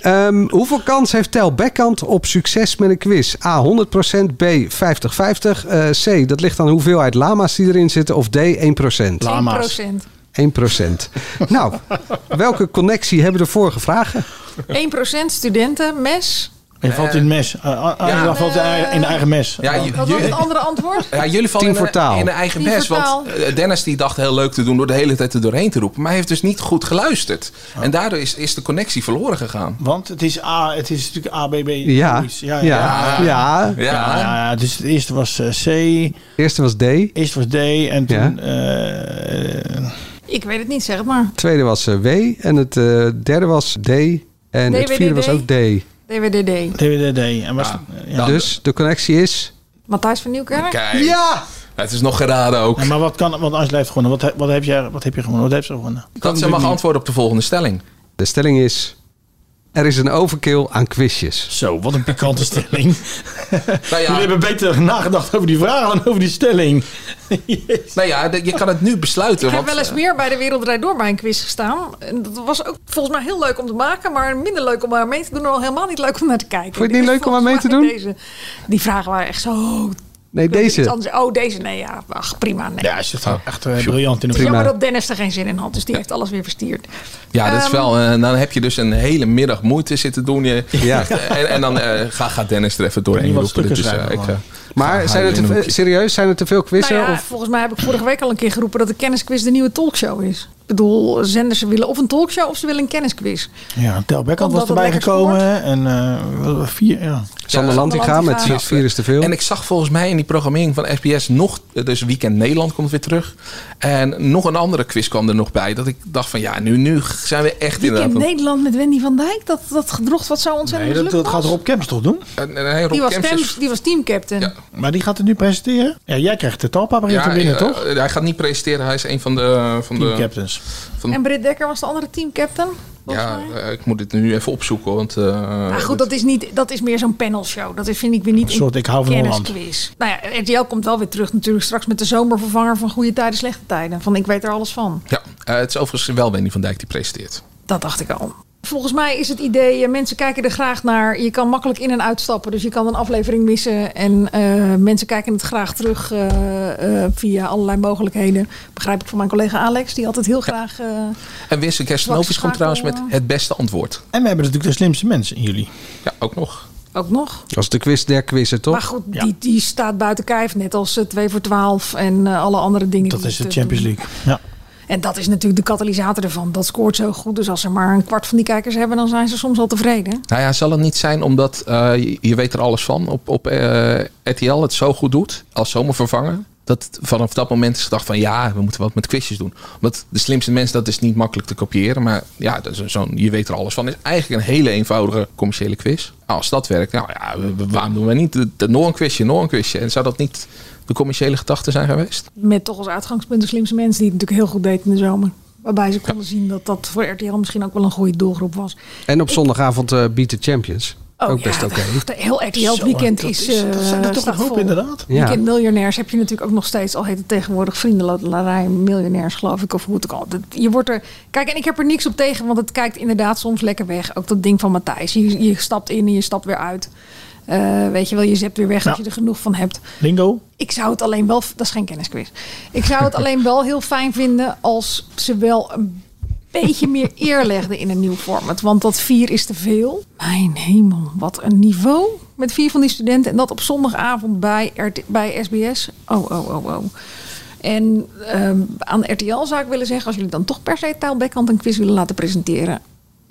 [SPEAKER 8] Ehm, hoeveel kans heeft Tel Bekkant op succes met een quiz? A, 100%. B, 50-50. Eh, C, dat ligt aan de hoeveelheid lama's die erin zitten. Of D, 1%.
[SPEAKER 16] 1%.
[SPEAKER 8] 1%. nou, welke connectie hebben de vorige vragen?
[SPEAKER 16] 1% studenten, mes.
[SPEAKER 10] Je valt in het mes. Eh, ah, ah,
[SPEAKER 7] Ja.
[SPEAKER 10] je valt in de eigen- in de eigen mes.
[SPEAKER 7] Ja, je-
[SPEAKER 16] Wat was het andere antwoord?
[SPEAKER 7] Ja, jullie vallen in,
[SPEAKER 8] Tien voor
[SPEAKER 7] een-
[SPEAKER 8] taal.
[SPEAKER 7] in een eigen
[SPEAKER 16] Tien
[SPEAKER 7] mes.
[SPEAKER 16] voor
[SPEAKER 7] Want eh, Dennis die dacht heel leuk te doen door de hele tijd er doorheen te roepen. Maar hij heeft dus niet goed geluisterd. En daardoor is, is de connectie verloren gegaan.
[SPEAKER 10] Want het is, A, het is natuurlijk ABB.
[SPEAKER 7] Ja.
[SPEAKER 10] zoiets. Ja,
[SPEAKER 7] Ja.
[SPEAKER 8] Ja.
[SPEAKER 10] Ja, ja, dus het eerste was eh, C.
[SPEAKER 8] Eerste was D.
[SPEAKER 10] Eerste was D en toen... eh,
[SPEAKER 16] Ik weet het niet, zeg het maar.
[SPEAKER 8] tweede was eh, W. En het eh, derde was D. En het vierde was ook D.
[SPEAKER 16] DWDD.
[SPEAKER 10] DWDD. En was,
[SPEAKER 8] Dus de connectie is...
[SPEAKER 16] Matthijs van Nieuwkerk?
[SPEAKER 7] Kijk. Ja! Het is nog geraden ook.
[SPEAKER 10] Ja, maar wat kan, want Angela heeft gewonnen. Wat, he- wat, heb jij, wat heb je gewonnen? Wat heeft ze gewonnen?
[SPEAKER 7] Dat ze mag antwoorden op de volgende stelling.
[SPEAKER 8] De stelling is... Er is een overkill aan quizjes.
[SPEAKER 10] Zo, wat een pikante stelling. Jullie hebben beter nagedacht over die vraag dan over die stelling.
[SPEAKER 7] Nou ja, de- je kan het nu besluiten.
[SPEAKER 16] Ik heb
[SPEAKER 7] want,
[SPEAKER 16] wel eens meer bij de Wereld Draait Door bij een quiz gestaan. En dat was ook volgens mij heel leuk om te maken, maar minder leuk om aan mee te doen. En al helemaal niet leuk om naar te kijken.
[SPEAKER 8] Vond je het niet
[SPEAKER 16] Dus
[SPEAKER 8] leuk om aan
[SPEAKER 16] volgens
[SPEAKER 8] mee te
[SPEAKER 16] mij
[SPEAKER 8] doen?
[SPEAKER 16] Deze, die vragen waren echt zo... oh,
[SPEAKER 8] Nee,
[SPEAKER 16] ik wil
[SPEAKER 8] deze.
[SPEAKER 16] iets anders- Oh, deze. Nee, ja. Ach, prima. Nee.
[SPEAKER 10] Ja, is het echt eh, briljant in de
[SPEAKER 16] Jammer
[SPEAKER 8] Nou,
[SPEAKER 16] dat Dennis er geen zin in had, dus die heeft alles weer verstierd.
[SPEAKER 7] Ja, dat is
[SPEAKER 16] Ehm,
[SPEAKER 7] wel. eh, dan heb je dus een hele middag moeite zitten doen. Je,
[SPEAKER 8] Ja.
[SPEAKER 7] en, en dan eh, ga, gaat Dennis er even doorheen
[SPEAKER 10] Niemand
[SPEAKER 7] roepen.
[SPEAKER 10] stukken
[SPEAKER 7] Dat is, eh,
[SPEAKER 10] schrijven,
[SPEAKER 7] ik,
[SPEAKER 10] man.
[SPEAKER 7] eh,
[SPEAKER 8] Maar
[SPEAKER 7] ga
[SPEAKER 8] zijn
[SPEAKER 7] je
[SPEAKER 8] er
[SPEAKER 7] in
[SPEAKER 8] te
[SPEAKER 7] een
[SPEAKER 8] veel,
[SPEAKER 7] hoekje.
[SPEAKER 8] serieus, zijn er te veel quizzen?
[SPEAKER 16] Nou ja,
[SPEAKER 8] of?
[SPEAKER 16] Volgens mij heb ik vorige week al een keer geroepen dat de kennisquiz de nieuwe talkshow is. Ik bedoel, zenders willen of een talkshow of ze willen een kennisquiz.
[SPEAKER 10] Ja, Tel Bekkant was
[SPEAKER 16] Omdat het
[SPEAKER 10] erbij
[SPEAKER 16] lekker
[SPEAKER 10] gekomen. En eh, vier, ja.
[SPEAKER 8] Sander
[SPEAKER 7] Ja,
[SPEAKER 8] Lantinga met
[SPEAKER 7] Lantinga.
[SPEAKER 8] vier is te veel.
[SPEAKER 7] En ik zag volgens mij in die programmering van SBS nog, dus Weekend Nederland komt weer terug. En nog een andere quiz kwam er nog bij. Dat ik dacht van ja, nu, nu zijn we echt
[SPEAKER 16] Ik
[SPEAKER 7] inderdaad.
[SPEAKER 16] in Nederland met Wendy van Dijk, dat, dat gedrocht wat zo ontzettend
[SPEAKER 10] Nee, dat,
[SPEAKER 16] mislukt
[SPEAKER 10] dat gaat
[SPEAKER 16] was.
[SPEAKER 10] Rob Kemps toch doen?
[SPEAKER 7] Eh, nee, nee, Rob
[SPEAKER 16] die, was
[SPEAKER 7] Kemps
[SPEAKER 16] team,
[SPEAKER 7] is-
[SPEAKER 16] die was teamcaptain.
[SPEAKER 10] Maar die gaat het nu presenteren? Ja, jij krijgt de talpa-bericht te
[SPEAKER 7] ja,
[SPEAKER 10] winnen,
[SPEAKER 7] eh,
[SPEAKER 10] toch?
[SPEAKER 7] eh, hij gaat niet presteren. Hij is een van de. eh, Van de
[SPEAKER 10] Teamcaptains.
[SPEAKER 7] Van,
[SPEAKER 16] En Britt Dekker was de andere teamcaptain.
[SPEAKER 7] ja, eh, ik moet dit nu even opzoeken. Want, eh,
[SPEAKER 16] Maar Ah, goed, dat is, niet, dat is meer zo'n panelshow. Dat is, vind ik weer niet
[SPEAKER 7] Een soort Ik hou van Holland.
[SPEAKER 16] kennisquiz. Nou ja, RTL komt wel weer terug natuurlijk straks met de zomervervanger van goede tijden, slechte tijden. Van ik weet er alles van.
[SPEAKER 7] Ja, eh, het is overigens wel Wendy van Dijk die presenteert.
[SPEAKER 16] Dat dacht ik al. Volgens mij is het idee, eh, mensen kijken er graag naar. Je kan makkelijk in en uitstappen, dus je kan een aflevering missen. En eh, mensen kijken het graag terug eh, eh, via allerlei mogelijkheden. Begrijp ik van mijn collega Alex, die altijd heel graag... eh,
[SPEAKER 7] En Winston Kerstenovic komt
[SPEAKER 16] schakel,
[SPEAKER 7] trouwens met
[SPEAKER 16] eh.
[SPEAKER 7] het beste antwoord.
[SPEAKER 10] En we hebben natuurlijk de slimste mensen in jullie.
[SPEAKER 7] Ja, ook nog.
[SPEAKER 16] ook nog.
[SPEAKER 8] Als de quiz der quizzen, toch?
[SPEAKER 16] Maar goed, die, die staat buiten kijf. Net als 2 voor 12 en eh, alle andere dingen.
[SPEAKER 10] Dat
[SPEAKER 16] die
[SPEAKER 10] is de
[SPEAKER 16] het, eh,
[SPEAKER 10] Champions League. Ja.
[SPEAKER 16] En dat is natuurlijk de katalysator ervan. Dat scoort zo goed. Dus als er maar een kwart van die kijkers hebben, dan zijn ze soms al tevreden.
[SPEAKER 7] Nou ja, zal het niet zijn omdat eh, je, je weet er alles van op, op eh, RTL het zo goed doet als zomervervanger. Dat vanaf dat moment is gedacht van ja, we moeten wat met quizjes doen. Want de slimste mens, dat is niet makkelijk te kopiëren. Maar ja, dat is een- zo'n je weet er alles van is eigenlijk een hele eenvoudige commerciële quiz. Nou, als dat werkt, nou ja, we- we- waarom doen wij niet de, de, nog een quizje, nog een quizje? En zou dat niet de commerciële gedachte zijn geweest?
[SPEAKER 16] Met toch als uitgangspunt de slimste mensen die het natuurlijk heel goed deed in de zomer. Waarbij ze konden zien dat dat voor RTL misschien ook wel een goede doelgroep was.
[SPEAKER 8] En op zondagavond eh Beat the Champions.
[SPEAKER 16] Oh,
[SPEAKER 8] ook
[SPEAKER 16] ja,
[SPEAKER 8] best oké.
[SPEAKER 16] De heel RTL weekend is... eh
[SPEAKER 10] dat zijn er toch
[SPEAKER 16] staat
[SPEAKER 10] een hoop,
[SPEAKER 16] vol.
[SPEAKER 10] inderdaad.
[SPEAKER 8] Ja.
[SPEAKER 16] Weekend miljonairs heb je natuurlijk ook nog steeds. Al heet het tegenwoordig vriendenloterij miljonairs geloof ik. Of hoe het ook al. Dat- Je wordt er... Kijk, en ik heb er niks op tegen. Want het kijkt inderdaad soms lekker weg. Ook dat ding van Matthijs. Je, je stapt in en je stapt weer uit.
[SPEAKER 9] Eh, weet je wel, je zept weer weg
[SPEAKER 10] Ja.
[SPEAKER 9] als je er genoeg van hebt.
[SPEAKER 10] Lingo?
[SPEAKER 9] Ik zou het alleen wel, dat is geen kennisquiz. Ik zou het alleen wel heel fijn vinden als ze wel een beetje meer eer legden in een nieuw format. Want dat vier is te veel. Mijn hemel, wat een niveau. Met vier van die studenten en dat op zondagavond bij, RT bij SBS. Oh, oh, oh, oh. En ehm, aan RTL zou ik willen zeggen, als jullie dan toch per se taalbekkant een quiz willen laten presenteren,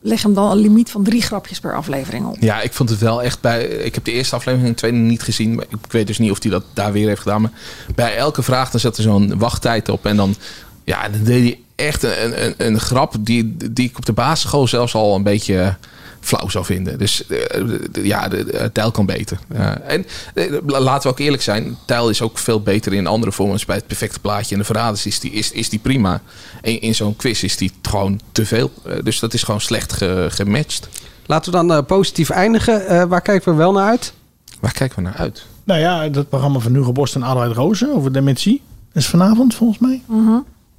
[SPEAKER 9] leg hem dan een limiet van drie grapjes per aflevering op.
[SPEAKER 7] Ja, ik vond het wel echt bij. Ik heb de eerste aflevering en de tweede niet gezien. Maar ik weet dus niet of hij dat daar weer heeft gedaan. Maar bij elke vraag dan zat er zo'n wachttijd op. En dan, ja, dan deed hij echt een, een, een grap die, die ik op de basisschool zelfs al een beetje flauw zou vinden. Dus eh, d- ja, de, de- Tijl kan beter. Ja. en eh, la- laten we ook eerlijk zijn, Tijl is ook veel beter in andere formats. Bij het perfecte plaatje en de verraders is die, is, is die prima. En in zo'n quiz is die gewoon te veel. Eh, dus dat is gewoon slecht ge- gematcht.
[SPEAKER 8] Laten we dan eh, positief eindigen. Eh, waar kijken we wel naar uit?
[SPEAKER 7] Waar kijken we naar uit?
[SPEAKER 10] Nou ja, dat programma van Hugo Borst en Adelheid Rozen over dementie. Dat is vanavond volgens mij.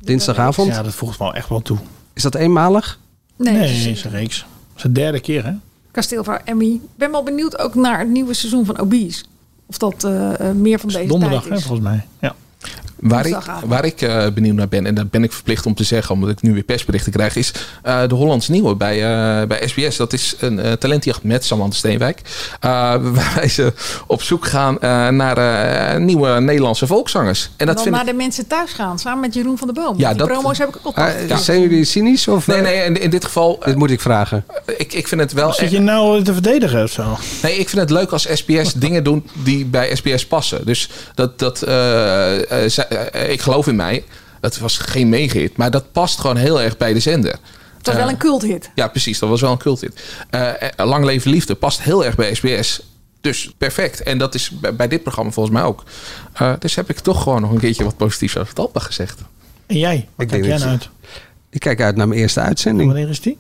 [SPEAKER 8] Dinsdagavond?
[SPEAKER 10] Ja, dat voegt wel echt wel toe.
[SPEAKER 8] Is dat eenmalig?
[SPEAKER 9] Nee,
[SPEAKER 10] Nee,
[SPEAKER 9] dat is-
[SPEAKER 10] nee, is een reeks. Dat is de derde keer hè.
[SPEAKER 9] Kasteelvrouw Emmy. Ik ben wel benieuwd ook naar het nieuwe seizoen van Obies. Of dat eh, eh, meer van deze
[SPEAKER 10] Donderdag
[SPEAKER 9] tijd
[SPEAKER 10] hè,
[SPEAKER 9] is.
[SPEAKER 10] volgens mij. Ja.
[SPEAKER 7] Waar ik,
[SPEAKER 9] Woensdagavond.
[SPEAKER 7] waar ik eh, benieuwd naar ben, en daar ben ik verplicht om te zeggen, omdat ik nu weer persberichten krijg, is eh, de Hollands Nieuwe bij, eh, bij SBS. Dat is een eh, talentjacht met Samantha Steenwijk. eh, waar wij ze op zoek gaan eh, naar eh, nieuwe Nederlandse volkszangers. En
[SPEAKER 9] En
[SPEAKER 7] dat
[SPEAKER 9] dan
[SPEAKER 7] vind
[SPEAKER 9] naar
[SPEAKER 7] ik.
[SPEAKER 9] de mensen thuis gaan, samen met Jeroen van der Boom.
[SPEAKER 7] Ja,
[SPEAKER 9] die
[SPEAKER 7] dat-
[SPEAKER 9] promo's heb ik ook al.
[SPEAKER 7] Ja.
[SPEAKER 8] Eh, Zijn jullie cynisch? Of, eh,
[SPEAKER 7] Nee, nee, in, in dit geval. eh,
[SPEAKER 8] dit moet ik vragen.
[SPEAKER 7] Ik, ik vind het wel.
[SPEAKER 10] Zit je nou te verdedigen of zo?
[SPEAKER 7] Nee, ik vind het leuk als SBS dingen doen die bij SBS passen. Dus dat, dat eh, eh, zij- eh, ik geloof in mij. Het was geen megahit, maar dat past gewoon heel erg bij de zender.
[SPEAKER 9] Het was
[SPEAKER 7] Eh,
[SPEAKER 9] wel een culthit.
[SPEAKER 7] Ja, precies. Dat was wel een culthit. Eh, eh, Lang leven liefde past heel erg bij SBS. Dus perfect. En dat is bij, bij dit programma volgens mij ook. Eh, dus heb ik toch gewoon nog een keertje wat positiefs over Talpa gezegd.
[SPEAKER 10] En jij? Waar kijk
[SPEAKER 8] denk
[SPEAKER 10] jij
[SPEAKER 8] dat
[SPEAKER 10] naar uit?
[SPEAKER 8] je- Ik kijk uit naar mijn eerste uitzending.
[SPEAKER 10] Wanneer is die?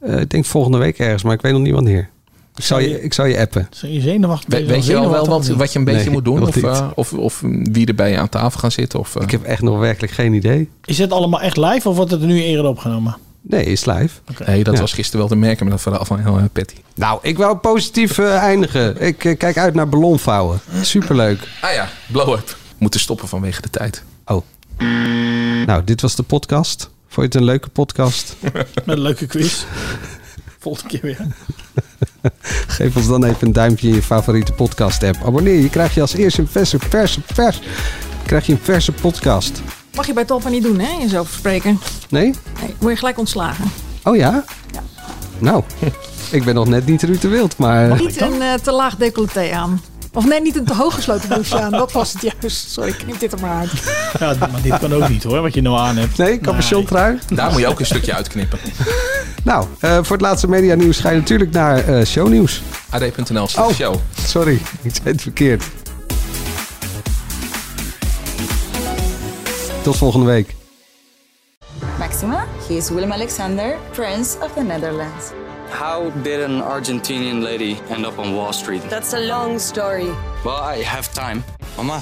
[SPEAKER 8] Eh, ik denk volgende week ergens, maar ik weet nog niet wanneer. Ik zal je, ik zal je appen.
[SPEAKER 10] Zijn je zenuwachtig?
[SPEAKER 7] We- weet je al wel wat, wat je een beetje
[SPEAKER 8] Nee,
[SPEAKER 7] moet doen?
[SPEAKER 8] nog
[SPEAKER 7] Of,
[SPEAKER 8] niet.
[SPEAKER 7] eh, of, of wie erbij aan tafel gaan zitten? Of, eh, Ik
[SPEAKER 8] heb echt nog werkelijk geen idee.
[SPEAKER 10] Is het allemaal echt live of wordt het er nu eerder opgenomen?
[SPEAKER 8] Nee, is live.
[SPEAKER 7] Nee, dat
[SPEAKER 8] Ja.
[SPEAKER 7] was gisteren wel te merken met dat verhaal van heel eh, Patty.
[SPEAKER 8] Nou, ik wou positief eh, eindigen. Ik eh, kijk uit naar ballonvouwen. Superleuk.
[SPEAKER 7] Ah ja, blow-up. Moeten stoppen vanwege de tijd.
[SPEAKER 8] Oh. Nou, dit was de podcast. Vond je het een leuke podcast?
[SPEAKER 10] Met een leuke quiz. Volgende keer weer.
[SPEAKER 8] Geef ons dan even een duimpje in je favoriete podcast app. Abonneer je, krijg je als eerste een verse, verse, vers. Krijg je een verse podcast.
[SPEAKER 9] Mag je bij Talpa niet doen, hè? Jezelf spreken.
[SPEAKER 8] Nee?
[SPEAKER 9] Nee, word je gelijk ontslagen.
[SPEAKER 8] Oh ja? Nou, ik ben nog net niet Ruud de Wild, maar...
[SPEAKER 9] niet een eh, te laag decolleté aan. Of nee, niet een te hoog gesloten douche aan. Dat was het juist. Sorry, ik knip dit er maar uit.
[SPEAKER 10] Ja, maar dit kan ook niet hoor, wat je nou aan hebt.
[SPEAKER 8] Nee, capuchontrui.
[SPEAKER 7] Daar moet je ook een stukje uitknippen.
[SPEAKER 8] Nou, eh, voor het laatste media nieuws ga je natuurlijk naar eh, shownieuws. Oh,
[SPEAKER 7] AD.nl slash show.
[SPEAKER 8] Sorry, ik zei het verkeerd. Tot volgende week.
[SPEAKER 1] Maxima, he is Willem Alexander, Prince of the Netherlands.
[SPEAKER 2] How did an Argentinian lady end up on Wall Street?
[SPEAKER 21] That's a long story.
[SPEAKER 2] Well, I have time. Mama,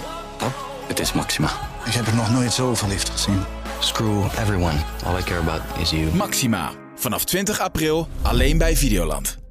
[SPEAKER 2] het is Maxima.
[SPEAKER 22] Ik heb er nog nooit zo verliefd gezien.
[SPEAKER 2] Screw everyone. All I care about is you.
[SPEAKER 6] Maxima, vanaf 20 april alleen bij Videoland.